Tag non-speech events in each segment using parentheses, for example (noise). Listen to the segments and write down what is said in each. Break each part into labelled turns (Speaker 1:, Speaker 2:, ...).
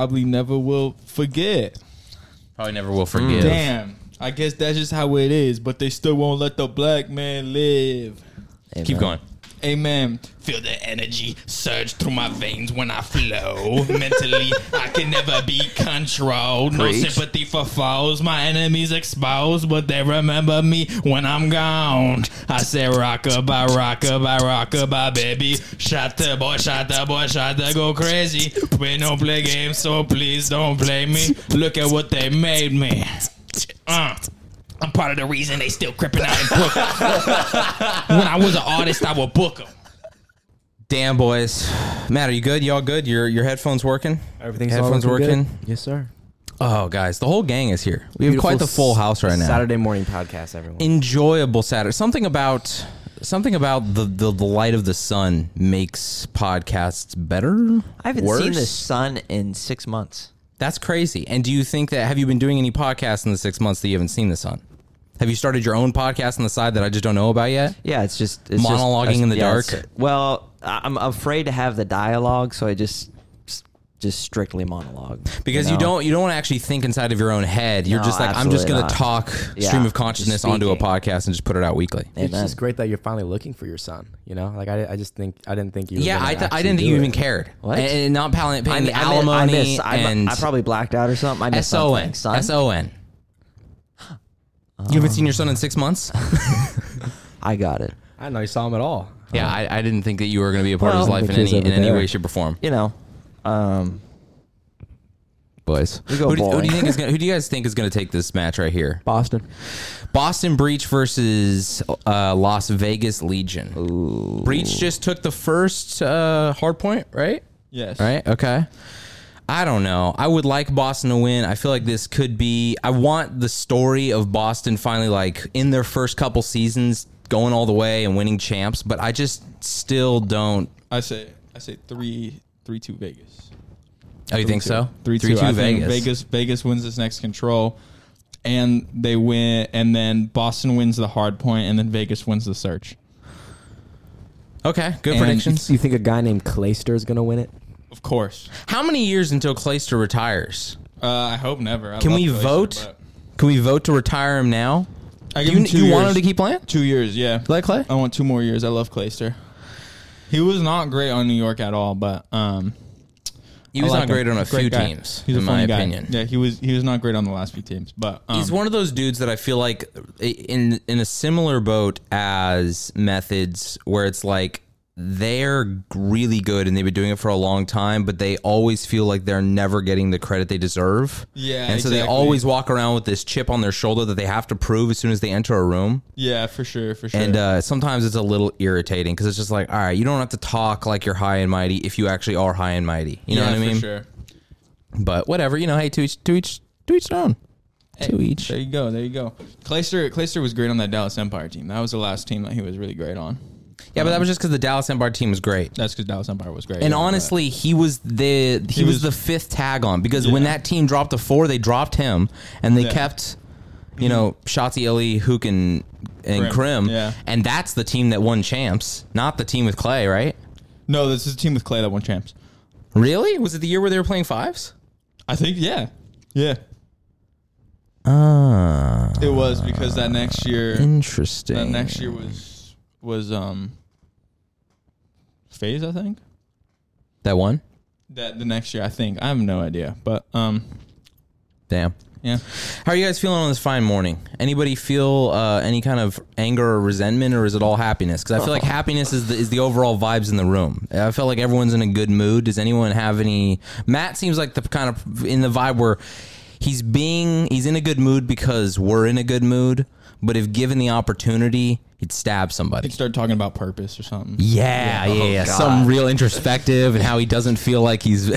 Speaker 1: probably never will forget.
Speaker 2: Probably never will forgive.
Speaker 1: Damn. I guess that's just how it is, but they still won't let the black man live.
Speaker 2: Keep going.
Speaker 1: Amen. Feel the energy surge through my veins when I flow. Mentally, I can never be controlled. No
Speaker 3: Preach.
Speaker 1: sympathy for foes. My enemies exposed, but they remember me when I'm gone. I say rocker by rocker by rocker by baby. Shot the boy, shot the boy, shot the go crazy. We don't play games, so please don't play me. Look at what they made me. Uh. I'm part of the reason they still crippin' out in Brooklyn when I was an artist, I would book them.
Speaker 2: Damn, boys. Matt, are you good? Y'all good? Your your headphones working?
Speaker 4: Everything's
Speaker 2: headphones
Speaker 4: all looking
Speaker 2: working.
Speaker 4: good. Yes, sir.
Speaker 2: Oh, guys, the whole gang is here. We have quite the full house right now.
Speaker 4: Saturday morning podcast, everyone.
Speaker 2: enjoyable Saturday. Something about something about the, the the light of the sun makes podcasts better.
Speaker 3: I haven't
Speaker 2: worse?
Speaker 3: seen the sun in six months.
Speaker 2: That's crazy. And do you think that have you been doing any podcasts in the six months that you haven't seen the sun? Have you started your own podcast on the side that I just don't know about yet?
Speaker 3: Yeah, it's just it's just-
Speaker 2: Monologuing in the
Speaker 3: yeah, it's-
Speaker 2: dark?
Speaker 3: Well, I- I'm afraid to have the dialogue, so I just just strictly monologue
Speaker 2: Because you,
Speaker 3: know?
Speaker 2: don't you don't want to actually think inside of your own head. You're
Speaker 3: No,
Speaker 2: just like I'm just
Speaker 3: absolutely
Speaker 2: going
Speaker 3: not.
Speaker 2: to talk
Speaker 3: Yeah.
Speaker 2: stream of
Speaker 3: Just
Speaker 2: consciousness onto a
Speaker 3: speaking.
Speaker 2: podcast and just put it out weekly.
Speaker 4: It's
Speaker 3: Amen.
Speaker 4: just great that you're finally looking for your son. You know, like I, I just think I didn't think you. Were
Speaker 2: Yeah,
Speaker 4: gonna
Speaker 2: I, th- I
Speaker 4: actually
Speaker 2: didn't think
Speaker 4: do
Speaker 2: you
Speaker 4: it.
Speaker 2: even cared.
Speaker 3: What?
Speaker 2: And, and not paying, paying
Speaker 3: I'm-
Speaker 2: the
Speaker 3: I mi-
Speaker 2: alimony
Speaker 3: I, miss, I,
Speaker 2: and
Speaker 3: I probably blacked out or something. I missed
Speaker 2: S-O-N.
Speaker 3: something. Son?
Speaker 2: S-O-N. You haven't seen your son in six
Speaker 3: (laughs)
Speaker 2: months?
Speaker 3: I got it.
Speaker 4: I didn't know you saw him at all.
Speaker 2: yeah, I, I didn't think that you were going to be a part of his
Speaker 3: Well,
Speaker 2: life
Speaker 3: the
Speaker 2: in
Speaker 3: kid's
Speaker 2: any, in
Speaker 3: over
Speaker 2: any
Speaker 3: there.
Speaker 2: way, shape, or form.
Speaker 3: You know, um,
Speaker 2: Boys.
Speaker 3: We go
Speaker 2: who, do, who do
Speaker 3: bowling.
Speaker 2: you think is
Speaker 3: (laughs)
Speaker 2: gonna, who do you guys think is going to take this match right here?
Speaker 4: Boston.
Speaker 2: Boston Breach versus uh, Las Vegas Legion. Breach just took the first uh, hard point, right?
Speaker 1: Yes.
Speaker 2: Right? Okay. I don't know. I would like Boston to win. I feel like this could be. I want the story of Boston finally, like, in their first couple seasons, going all the way and winning champs, but I just still don't.
Speaker 1: I say I say three three two Vegas.
Speaker 2: Oh, you think so?
Speaker 1: Three two, I think
Speaker 2: Vegas.
Speaker 1: Vegas Vegas wins this next control. And they win and then Boston wins the hard point and then Vegas wins the search.
Speaker 2: Okay, good
Speaker 1: And-
Speaker 2: predictions.
Speaker 4: You think a guy named Clayster is gonna win it?
Speaker 1: Of course.
Speaker 2: How many years until Clayster retires?
Speaker 1: Uh, I hope never. I
Speaker 2: Can
Speaker 1: love
Speaker 2: we
Speaker 1: Glacier,
Speaker 2: vote?
Speaker 1: but-
Speaker 2: Can we vote to retire him now?
Speaker 1: I
Speaker 2: Do
Speaker 1: give
Speaker 2: you,
Speaker 1: him two
Speaker 2: you
Speaker 1: years.
Speaker 2: want him to keep playing?
Speaker 1: two years, yeah.
Speaker 2: Like Clay?
Speaker 1: I want two more years. I love Clayster. He was not great on New York at all, but um
Speaker 2: He was
Speaker 1: I like
Speaker 2: not great
Speaker 1: him.
Speaker 2: on a few
Speaker 1: guy.
Speaker 2: teams,
Speaker 1: He's a
Speaker 2: in my
Speaker 1: funny guy.
Speaker 2: opinion.
Speaker 1: Yeah, he was he was not great on the last few teams, but um,
Speaker 2: He's one of those dudes that I feel like in in a similar boat as methods, where it's like they're really good and they've been doing it for a long time, but they always feel like they're never getting the credit they deserve.
Speaker 1: Yeah,
Speaker 2: and so they
Speaker 1: exactly.
Speaker 2: always walk around with this chip on their shoulder that they have to prove as soon as they enter a room.
Speaker 1: yeah, for sure, for sure.
Speaker 2: And uh, sometimes it's a little irritating because it's just like, all right, you don't have to talk like you're high and mighty if you actually are high and mighty. You know
Speaker 1: yeah,
Speaker 2: what I mean?
Speaker 1: For sure.
Speaker 2: But whatever, you know, hey, to each, to each, to each their own. to each.
Speaker 1: There you go. There you go. Clayster Clayster was great on that Dallas Empire team. That was the last team that he was really great on.
Speaker 2: Yeah, but that was just because the Dallas Empire team was great.
Speaker 1: That's because Dallas Empire was great.
Speaker 2: And
Speaker 1: Yeah, but-
Speaker 2: honestly, he was the he, was,
Speaker 1: was-
Speaker 2: the fifth tag on because when that team dropped a four, they dropped him, and they
Speaker 1: Yeah.
Speaker 2: kept, you know, Shotzi Eli, Hook, and and
Speaker 1: Krim,
Speaker 2: Krim,
Speaker 1: yeah.
Speaker 2: and that's the team that won champs, not the team with Clay, right?
Speaker 1: no, this is a team with Clay that won champs.
Speaker 2: Really? Was it the year where they were playing fives?
Speaker 1: I think yeah, yeah.
Speaker 2: Ah,
Speaker 1: It was because that next year,
Speaker 2: interesting.
Speaker 1: that next year was was um phase I think.
Speaker 2: that one.
Speaker 1: That the next year I think I have no idea, but um
Speaker 2: Damn.
Speaker 1: yeah.
Speaker 2: How are you guys feeling on this fine morning? Anybody feel uh, any kind of anger or resentment, or is it all happiness? Because I (laughs) feel like happiness is the, is the overall vibes in the room. I feel like everyone's in a good mood. Does anyone have any? Matt seems like the kind of in the vibe where he's being he's in a good mood because we're in a good mood. But if given the opportunity, he'd stab somebody.
Speaker 1: He'd start talking about purpose or something.
Speaker 2: Yeah, yeah, yeah. Some real introspective and how he doesn't feel like he's.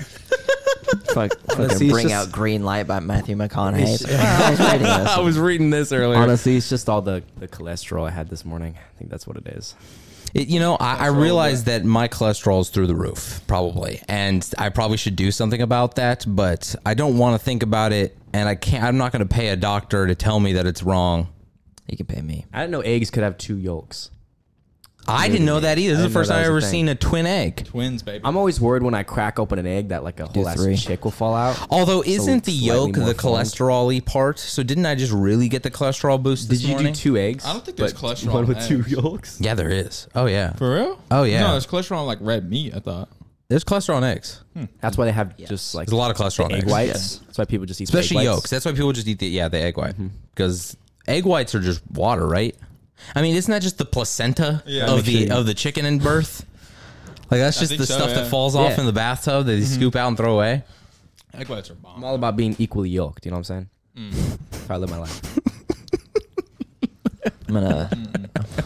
Speaker 4: (laughs)
Speaker 3: fuck, fucking
Speaker 4: Honestly, it's
Speaker 3: bring
Speaker 4: just-
Speaker 3: out Green Light by Matthew McConaughey. (laughs) It's like, "Oh, I
Speaker 2: (laughs) was
Speaker 3: was reading this."
Speaker 2: reading this earlier.
Speaker 4: Honestly, it's just all the, the cholesterol I had this morning. I think that's what it is.
Speaker 2: It, you know, I, I realize that my cholesterol is through the roof, probably, and I probably should do something about that. But I don't want to think about it, and I can't. I'm not going to pay a doctor to tell me that it's wrong.
Speaker 3: You can pay me.
Speaker 4: I didn't know eggs could have two yolks.
Speaker 2: I didn't know that either. This is the
Speaker 4: didn't know
Speaker 2: first
Speaker 4: that
Speaker 2: time I've
Speaker 4: was a
Speaker 2: ever
Speaker 4: thing.
Speaker 2: seen a twin egg.
Speaker 1: Twins, baby.
Speaker 4: I'm always worried when I crack open an egg that like a whole
Speaker 3: three.
Speaker 4: ass chick will fall out.
Speaker 2: Although, isn't the
Speaker 4: slightly
Speaker 2: yolk
Speaker 4: more
Speaker 2: the
Speaker 4: formed.
Speaker 2: cholesterol-y part? So didn't I just really get the cholesterol boost this
Speaker 4: Did you
Speaker 2: morning?
Speaker 4: do two eggs?
Speaker 1: I don't think there's
Speaker 4: but
Speaker 1: cholesterol
Speaker 4: One
Speaker 1: in
Speaker 4: with two
Speaker 1: eggs.
Speaker 4: yolks.
Speaker 2: Yeah, there is. Oh yeah,
Speaker 1: For real?
Speaker 2: Oh, yeah.
Speaker 1: No, it's cholesterol on like red meat. I thought.
Speaker 2: there's cholesterol in eggs.
Speaker 4: That's why they have just like
Speaker 2: There's a lot of cholesterol in
Speaker 4: egg
Speaker 2: eggs,
Speaker 4: whites. That's why people just eat
Speaker 2: especially
Speaker 4: egg whites.
Speaker 2: yolks. That's why people just eat the yeah the egg white
Speaker 3: Mm-hmm.
Speaker 2: because egg whites are just water, right? I mean, isn't that just the placenta
Speaker 1: Yeah.
Speaker 2: of
Speaker 1: Make sure
Speaker 2: the of the chicken in birth? Like that's just
Speaker 1: think
Speaker 2: the
Speaker 1: so,
Speaker 2: stuff
Speaker 1: yeah.
Speaker 2: that falls off
Speaker 4: Yeah.
Speaker 2: in the bathtub that they
Speaker 3: Mm-hmm.
Speaker 2: scoop out and throw away.
Speaker 1: Egg whites are bomb.
Speaker 4: I'm all about being equally yolked. You know what I'm saying?
Speaker 2: Mm.
Speaker 4: If I live my life. (laughs)
Speaker 3: I'm gonna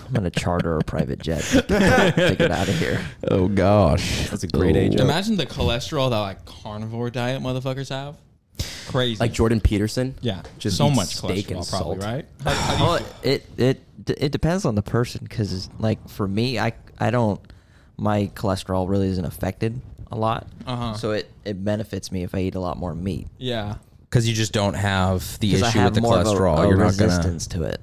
Speaker 3: I'm gonna charter a private jet to get out of here.
Speaker 2: Oh gosh,
Speaker 4: That's a great age.
Speaker 1: Imagine the cholesterol that like carnivore diet motherfuckers have. Crazy.
Speaker 4: Like Jordan Peterson.
Speaker 1: yeah,
Speaker 4: just
Speaker 1: so
Speaker 4: eat
Speaker 1: much
Speaker 4: steak and
Speaker 1: cholesterol, probably
Speaker 4: salt.
Speaker 1: right.
Speaker 3: Well, it it it depends on the person because like for me, I I don't my cholesterol really isn't affected a lot,
Speaker 1: Uh-huh.
Speaker 3: so it it benefits me if I eat a lot more meat.
Speaker 1: yeah.
Speaker 2: Because you just don't have the
Speaker 3: 'Cause
Speaker 2: issue
Speaker 3: I have
Speaker 2: with the
Speaker 3: more of a-
Speaker 2: cholesterol.
Speaker 3: a,
Speaker 2: You're not gonna.
Speaker 3: resistance to it.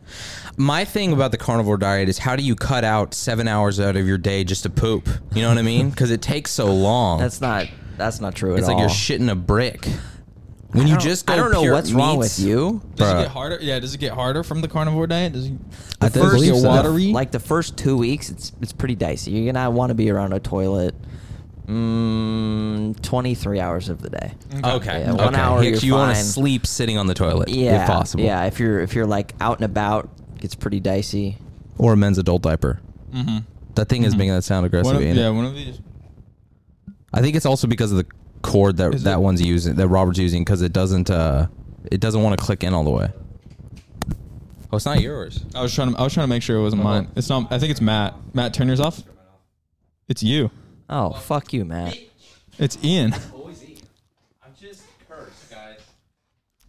Speaker 2: My thing about the carnivore diet is how do you cut out seven hours out of your day just to poop? You know what I mean? Because it takes so long.
Speaker 3: That's not that's not true
Speaker 2: Oh. it's
Speaker 3: at
Speaker 2: like
Speaker 3: all.
Speaker 2: you're shitting a brick. When
Speaker 3: I
Speaker 2: you
Speaker 3: don't-
Speaker 2: just go
Speaker 3: I don't know
Speaker 2: pure
Speaker 3: what's wrong
Speaker 2: meats-
Speaker 3: with you.
Speaker 1: Does
Speaker 2: Bruh.
Speaker 1: it get harder? Yeah, does it get harder from the carnivore diet? Does it,
Speaker 2: I
Speaker 1: the
Speaker 2: don't
Speaker 1: first
Speaker 2: believe
Speaker 1: get
Speaker 2: so.
Speaker 1: watery?
Speaker 3: Like the first two weeks, it's it's pretty dicey. You're gonna want to be around a toilet. Mm, 23 hours of the day.
Speaker 2: Okay.
Speaker 3: Yeah, one hour,
Speaker 2: Yeah, 'cause you
Speaker 3: you're
Speaker 2: want to
Speaker 3: fine.
Speaker 2: sleep sitting on the toilet,
Speaker 3: Yeah,
Speaker 2: if possible.
Speaker 3: Yeah, if you're if you're like out and about, it's pretty dicey.
Speaker 2: Or a men's adult diaper.
Speaker 1: mm-hmm.
Speaker 2: That thing is making that sound aggressive.
Speaker 1: one of,
Speaker 2: ain't it?
Speaker 1: yeah, one of these.
Speaker 2: I think it's also because of the cord that
Speaker 1: Is
Speaker 2: that
Speaker 1: it-
Speaker 2: one's using, that Robert's using, because it doesn't uh, it doesn't want to click in all the way. Oh, it's not yours.
Speaker 1: I was trying to. I was trying to make sure it wasn't mine.
Speaker 4: Uh-huh.
Speaker 1: It's not. I think it's Matt. Matt, turn yours off. It's you.
Speaker 3: Oh fuck you, Matt.
Speaker 1: It's
Speaker 4: (laughs)
Speaker 1: Ian.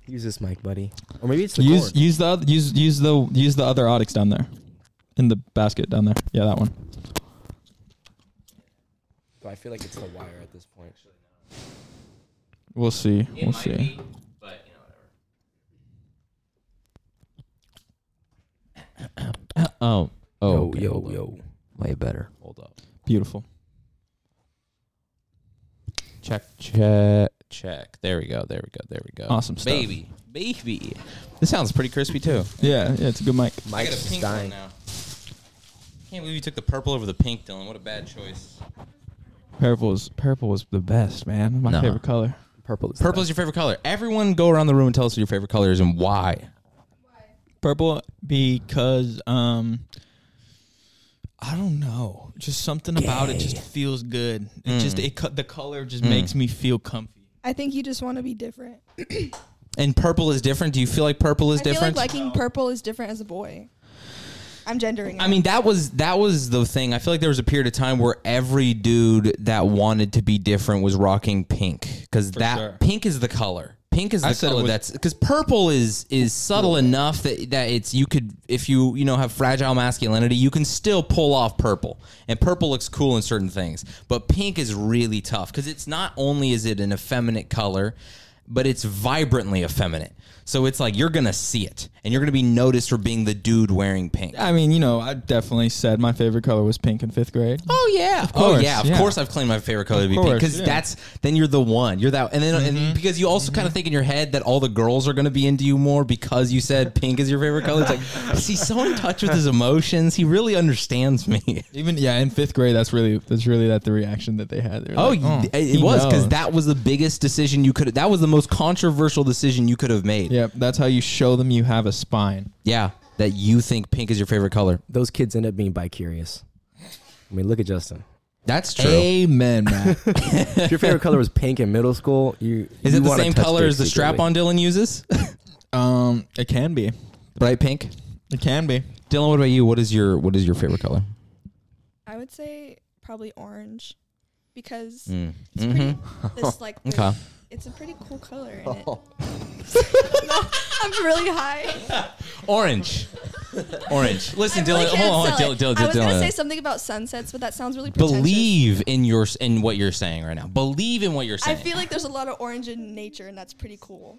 Speaker 4: Use this mic, buddy. Or maybe it's the
Speaker 1: Use
Speaker 4: cord.
Speaker 1: use the oth- use use the use the other audix down there, in the basket down there. Yeah, that one.
Speaker 4: But I feel like it's the wire at this point.
Speaker 1: We'll see. We'll see.
Speaker 2: (coughs) Oh. Oh.
Speaker 4: yo, yo.
Speaker 3: Way better.
Speaker 2: Hold up.
Speaker 1: Beautiful.
Speaker 2: Check, check, check. There we go. There we go. There we go.
Speaker 1: Awesome stuff.
Speaker 2: Baby. Baby. This sounds pretty crispy, too.
Speaker 1: Yeah, yeah. It's a good mic.
Speaker 2: I got a
Speaker 4: Mike's
Speaker 2: pink
Speaker 4: dying.
Speaker 2: one now. Can't believe you took the purple over the pink, Dylan. What a bad choice.
Speaker 1: Purple was purple was the best, man. My
Speaker 2: No.
Speaker 1: favorite color.
Speaker 4: Purple is the
Speaker 2: Purple is your favorite color. Everyone go around the room and tell us what your favorite color is and why.
Speaker 1: Purple because um I don't know, just something about it just feels good. It just
Speaker 2: Mm.
Speaker 1: it co- the color just makes me feel comfy.
Speaker 5: I think you just want to be different.
Speaker 2: And purple is different. Do you feel like purple is
Speaker 5: I
Speaker 2: different?
Speaker 5: feel like liking purple is different as a boy. I'm gendering.
Speaker 2: I
Speaker 5: it.
Speaker 2: mean, that was that was the thing. I feel like there was a period of time where every dude that wanted to be different was rocking pink because that
Speaker 1: sure.
Speaker 2: pink is the color. Pink is the
Speaker 1: I said it
Speaker 2: color
Speaker 1: was-
Speaker 2: that's because purple is is subtle enough that that it's you could if you you know have fragile masculinity you can still pull off purple and purple looks cool in certain things but pink is really tough because it's not only is it an effeminate color but it's vibrantly effeminate so it's like you're gonna see it and you're gonna be noticed for being the dude wearing pink
Speaker 1: I mean, you know, I definitely said my favorite color was pink in 5th grade.
Speaker 2: Oh yeah, of
Speaker 1: course,
Speaker 2: oh yeah, of
Speaker 1: yeah.
Speaker 2: course. I've claimed my favorite color to be pink
Speaker 1: course,
Speaker 2: because
Speaker 1: yeah. Mm-hmm.
Speaker 2: that's then you're the one. You're that, and then and because you also kind of think in your head that all the girls are going to be into you more because you said pink is your favorite color. It's
Speaker 1: (laughs)
Speaker 2: like, see, so in touch with his emotions. He really understands me. (laughs)
Speaker 1: Even yeah, in 5th grade that's really that's really that the reaction that they had. They were
Speaker 2: Oh,
Speaker 1: like,
Speaker 2: y- it
Speaker 1: he
Speaker 2: it was because
Speaker 1: knows."
Speaker 2: that was the biggest decision you could. That was the most controversial decision you could have made.
Speaker 1: Yep, that's how you show them you have a spine.
Speaker 2: Yeah, that you think pink is your favorite color.
Speaker 4: Those kids end up being bicurious. I mean, look
Speaker 2: (laughs)
Speaker 4: at Justin.
Speaker 2: That's true.
Speaker 1: Amen, Matt.
Speaker 4: If your favorite color was pink in middle school, you
Speaker 2: is
Speaker 4: you
Speaker 2: it the
Speaker 4: wanna
Speaker 2: same
Speaker 4: touch
Speaker 2: color
Speaker 4: dirt
Speaker 2: as the
Speaker 4: secretly.
Speaker 2: strap on Dylan uses?
Speaker 1: (laughs)
Speaker 2: (laughs)
Speaker 1: um, it can be.
Speaker 2: Bright pink.
Speaker 1: It can be.
Speaker 2: Dylan, what about you? What is your what is your favorite color?
Speaker 5: I would say probably orange because
Speaker 2: Mm.
Speaker 5: it's pretty.
Speaker 2: (laughs)
Speaker 5: This like the-
Speaker 2: Okay.
Speaker 5: it's a pretty cool color
Speaker 2: (laughs)
Speaker 5: in it. (laughs) No, I'm really high.
Speaker 2: Orange.
Speaker 5: (laughs)
Speaker 2: Orange. Listen, Dylan.
Speaker 5: I really
Speaker 2: hold
Speaker 5: can't
Speaker 2: on, hold
Speaker 5: sell
Speaker 2: on,
Speaker 5: it.
Speaker 2: Dylan, Dylan,
Speaker 5: I was gonna
Speaker 2: Dylan.
Speaker 5: say something about sunsets, but that sounds really pretentious.
Speaker 2: Believe in your in what you're saying right now. Believe in what you're
Speaker 5: I
Speaker 2: saying.
Speaker 5: feel like there's a lot of orange in nature, and that's pretty cool.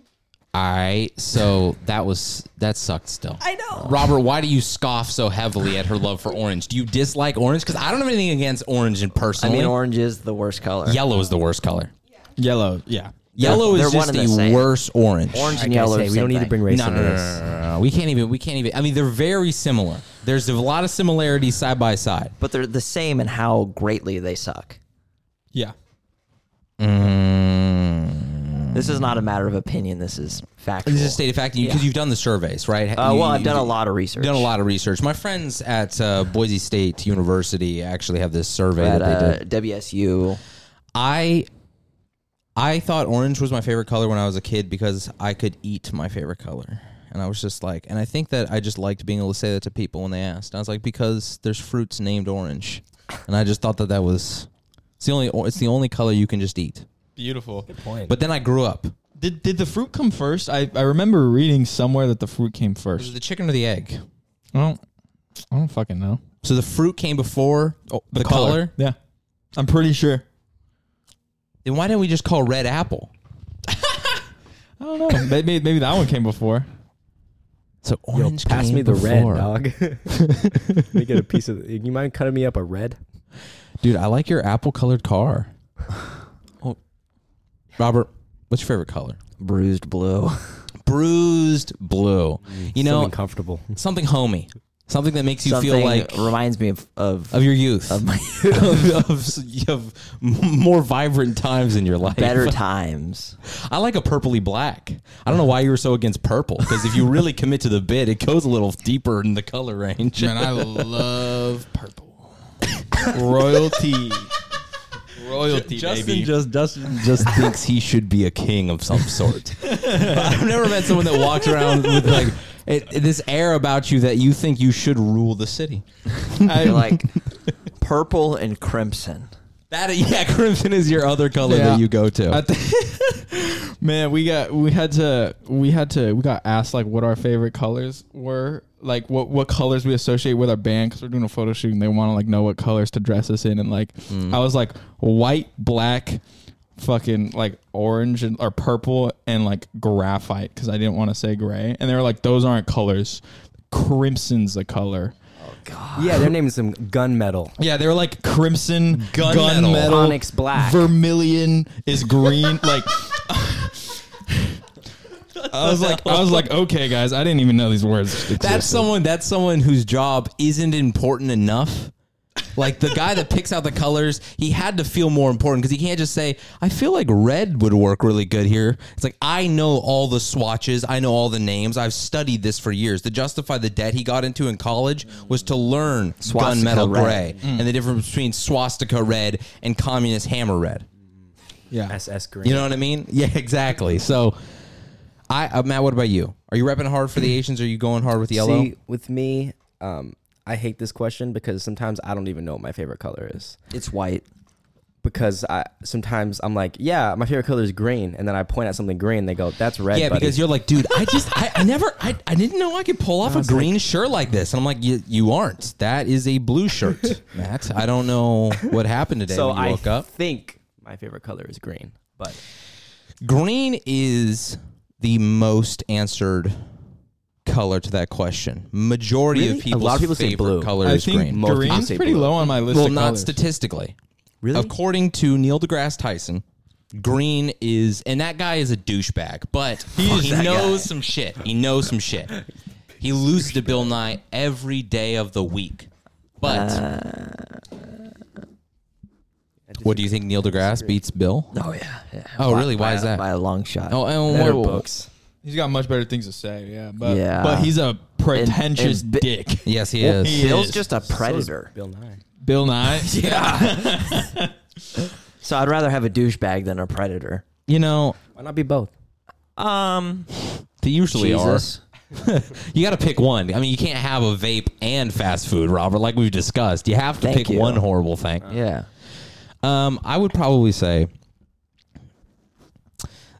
Speaker 2: All right, so that was that sucked. Still,
Speaker 5: I know.
Speaker 2: Robert. Why do you scoff so heavily at her love for orange? Do you dislike orange? Because I don't have anything against orange in
Speaker 3: I
Speaker 2: person.
Speaker 3: mean, orange is the worst color.
Speaker 2: yellow is the worst color.
Speaker 1: Yellow, yeah.
Speaker 2: Yellow
Speaker 3: they're
Speaker 2: is
Speaker 3: one
Speaker 2: just
Speaker 3: and
Speaker 2: the,
Speaker 3: the same.
Speaker 2: worse orange.
Speaker 3: Orange
Speaker 4: Like
Speaker 3: and
Speaker 4: I
Speaker 3: yellow.
Speaker 4: say,
Speaker 3: are the
Speaker 4: we don't
Speaker 3: same
Speaker 4: need to
Speaker 3: thing.
Speaker 4: bring race
Speaker 2: No,
Speaker 4: into
Speaker 2: no, no, no,
Speaker 4: this.
Speaker 2: no, no, no. We can't even. We can't even. I mean, they're very similar. There's a lot of similarities side by side.
Speaker 3: But they're the same in how greatly they suck.
Speaker 1: Yeah.
Speaker 3: This is not a matter of opinion. This is factual.
Speaker 2: This is a state of fact because you've done the surveys, right?
Speaker 3: Uh,
Speaker 2: You-
Speaker 3: well, I've
Speaker 2: you-
Speaker 3: done a lot of research.
Speaker 2: Done a lot of research. My friends at uh, Boise State University actually have this survey
Speaker 3: at
Speaker 2: that they
Speaker 3: uh,
Speaker 2: did.
Speaker 3: WSU.
Speaker 2: I I thought orange was my favorite color when I was a kid because I could eat my favorite color. And I was just like, and I think that I just liked being able to say that to people when they asked. And I was like, because there's fruits named orange, and I just thought that that was it's the only or- it's the only color you can just eat.
Speaker 1: Beautiful.
Speaker 4: Point.
Speaker 2: But then I grew up.
Speaker 1: Did did the fruit come first? I, I remember reading somewhere that the fruit came
Speaker 2: Was it
Speaker 1: first.
Speaker 2: the chicken or the egg?
Speaker 1: I don't, I don't fucking know.
Speaker 2: So the fruit came before oh, the, color.
Speaker 1: Yeah. I'm pretty sure.
Speaker 2: Then why didn't we just call red apple?
Speaker 1: I don't (laughs) know. maybe maybe that one came before.
Speaker 2: So
Speaker 4: Yo,
Speaker 2: orange.
Speaker 4: pass
Speaker 2: came
Speaker 4: me the
Speaker 2: before.
Speaker 4: red, dog. (laughs) Let me get a piece of. You mind cutting me up a red?
Speaker 2: Dude, I like your apple colored car. (laughs) oh. Robert, what's your favorite color?
Speaker 3: Bruised blue.
Speaker 2: Bruised blue. You know,
Speaker 4: Something comfortable.
Speaker 2: something homey. Something that
Speaker 3: (laughs)
Speaker 2: makes you
Speaker 3: Something
Speaker 2: feel like
Speaker 3: reminds me of (laughs) of,
Speaker 2: of your youth, of, (laughs) of, of, more vibrant times in your life.
Speaker 3: better times.
Speaker 2: I like a purpley black. I don't know why you were so against purple because if you really commit to the bit, it goes a little deeper in the color range.
Speaker 1: Man, I love purple.
Speaker 2: (laughs)
Speaker 1: Royalty. Royalty,
Speaker 2: Justin
Speaker 1: baby.
Speaker 2: just Justin just thinks he should be a king of some sort. (laughs) I've never met someone that walks around with like it, this air about you that you think you should rule the city.
Speaker 1: (laughs) I,
Speaker 3: You're (laughs) like purple and crimson.
Speaker 2: That yeah, (laughs) crimson is your other color
Speaker 1: Yeah.
Speaker 2: that you go to.
Speaker 1: I thi- (laughs) man, we got we had to we had to we got asked like what our favorite colors were, like what what colors we associate with our band because we're doing a photo shoot and they want to like know what colors to dress us in and like
Speaker 2: Mm.
Speaker 1: I was like white, black, fucking like orange and, or purple and like graphite because I didn't want to say gray and they were like those aren't colors, crimson's the color.
Speaker 4: (sighs) Yeah, they're naming some gunmetal.
Speaker 1: Yeah, they were like crimson, gunmetal,
Speaker 2: metal.
Speaker 4: Onyx black.
Speaker 1: vermilion is green. like, I was like, I was like, okay, guys, I didn't even know these words.
Speaker 2: that's someone that's someone whose job isn't important enough. Like the guy that picks out the colors, he had to feel more important because he can't just say, "I feel like red would work really good here." It's like I know all the swatches, I know all the names, I've studied this for years. To justify the debt he got into in college was to learn
Speaker 3: Swastika
Speaker 2: gunmetal
Speaker 3: red.
Speaker 2: gray and the difference between swastika red and communist hammer red.
Speaker 1: Yeah,
Speaker 4: SS green.
Speaker 2: You know what I mean? (laughs) Yeah, exactly. So, I uh, Matt, what about you? Are you repping hard for the Asians? Or are you going hard with yellow?
Speaker 4: See, with me, um, I hate this question because sometimes I don't even know what my favorite color is.
Speaker 3: It's white.
Speaker 4: Because I sometimes I'm like, yeah, my favorite color is green, and then I point at something green, they go, that's red.
Speaker 2: Yeah,
Speaker 4: buddy.
Speaker 2: because you're like, dude, I just, I, I never, I, I didn't know I could pull (laughs) off a green shirt like this. And I'm like, you, you aren't. That is a blue shirt, (laughs) Matt. I don't know what happened today
Speaker 4: so
Speaker 2: when you
Speaker 4: I
Speaker 2: woke up.
Speaker 4: think my favorite color is green, but
Speaker 2: Green is the most answered color to that question. Majority
Speaker 4: Really?
Speaker 2: of
Speaker 4: A
Speaker 2: people's
Speaker 4: lot of people say
Speaker 2: favorite
Speaker 4: blue.
Speaker 2: color
Speaker 1: I
Speaker 2: is green.
Speaker 1: think
Speaker 4: Most people
Speaker 1: green's
Speaker 4: say
Speaker 1: pretty
Speaker 4: blue.
Speaker 1: low on my list.
Speaker 2: well,
Speaker 1: of
Speaker 2: not
Speaker 1: colors.
Speaker 2: statistically.
Speaker 4: Really?
Speaker 2: According to Neil deGrasse Tyson, green is, and that guy is a douchebag,
Speaker 3: (laughs)
Speaker 2: but he knows some shit. He knows some shit. He loses to Bill Nye every day of the week. But
Speaker 3: Uh,
Speaker 2: what do you think? Neil deGrasse beats Bill?
Speaker 3: Oh yeah. yeah.
Speaker 2: Oh,
Speaker 3: By-
Speaker 2: really? Why
Speaker 3: by
Speaker 2: is
Speaker 3: a-
Speaker 2: that?
Speaker 3: By a long shot.
Speaker 2: Oh, and
Speaker 4: better
Speaker 2: what-
Speaker 4: books.
Speaker 1: He's got much better things to say. Yeah, but
Speaker 3: Yeah.
Speaker 1: but he's a pretentious
Speaker 3: And- and bi-
Speaker 1: dick.
Speaker 2: Yes, he is.
Speaker 1: he-
Speaker 3: Bill's
Speaker 1: is.
Speaker 3: just a predator.
Speaker 4: Bill Nye.
Speaker 1: Bill
Speaker 3: (laughs)
Speaker 1: Nye.
Speaker 3: So I'd rather have a douchebag than a predator.
Speaker 2: (laughs) you know,
Speaker 4: Why not be both?
Speaker 3: Um,
Speaker 2: they usually
Speaker 3: Jesus.
Speaker 2: are. You got to pick one. I mean, you can't have a vape and fast food, Robert, like we've discussed. You have to
Speaker 3: Thank
Speaker 2: pick
Speaker 3: you.
Speaker 2: one horrible thing.
Speaker 3: Yeah.
Speaker 2: Um, I would probably say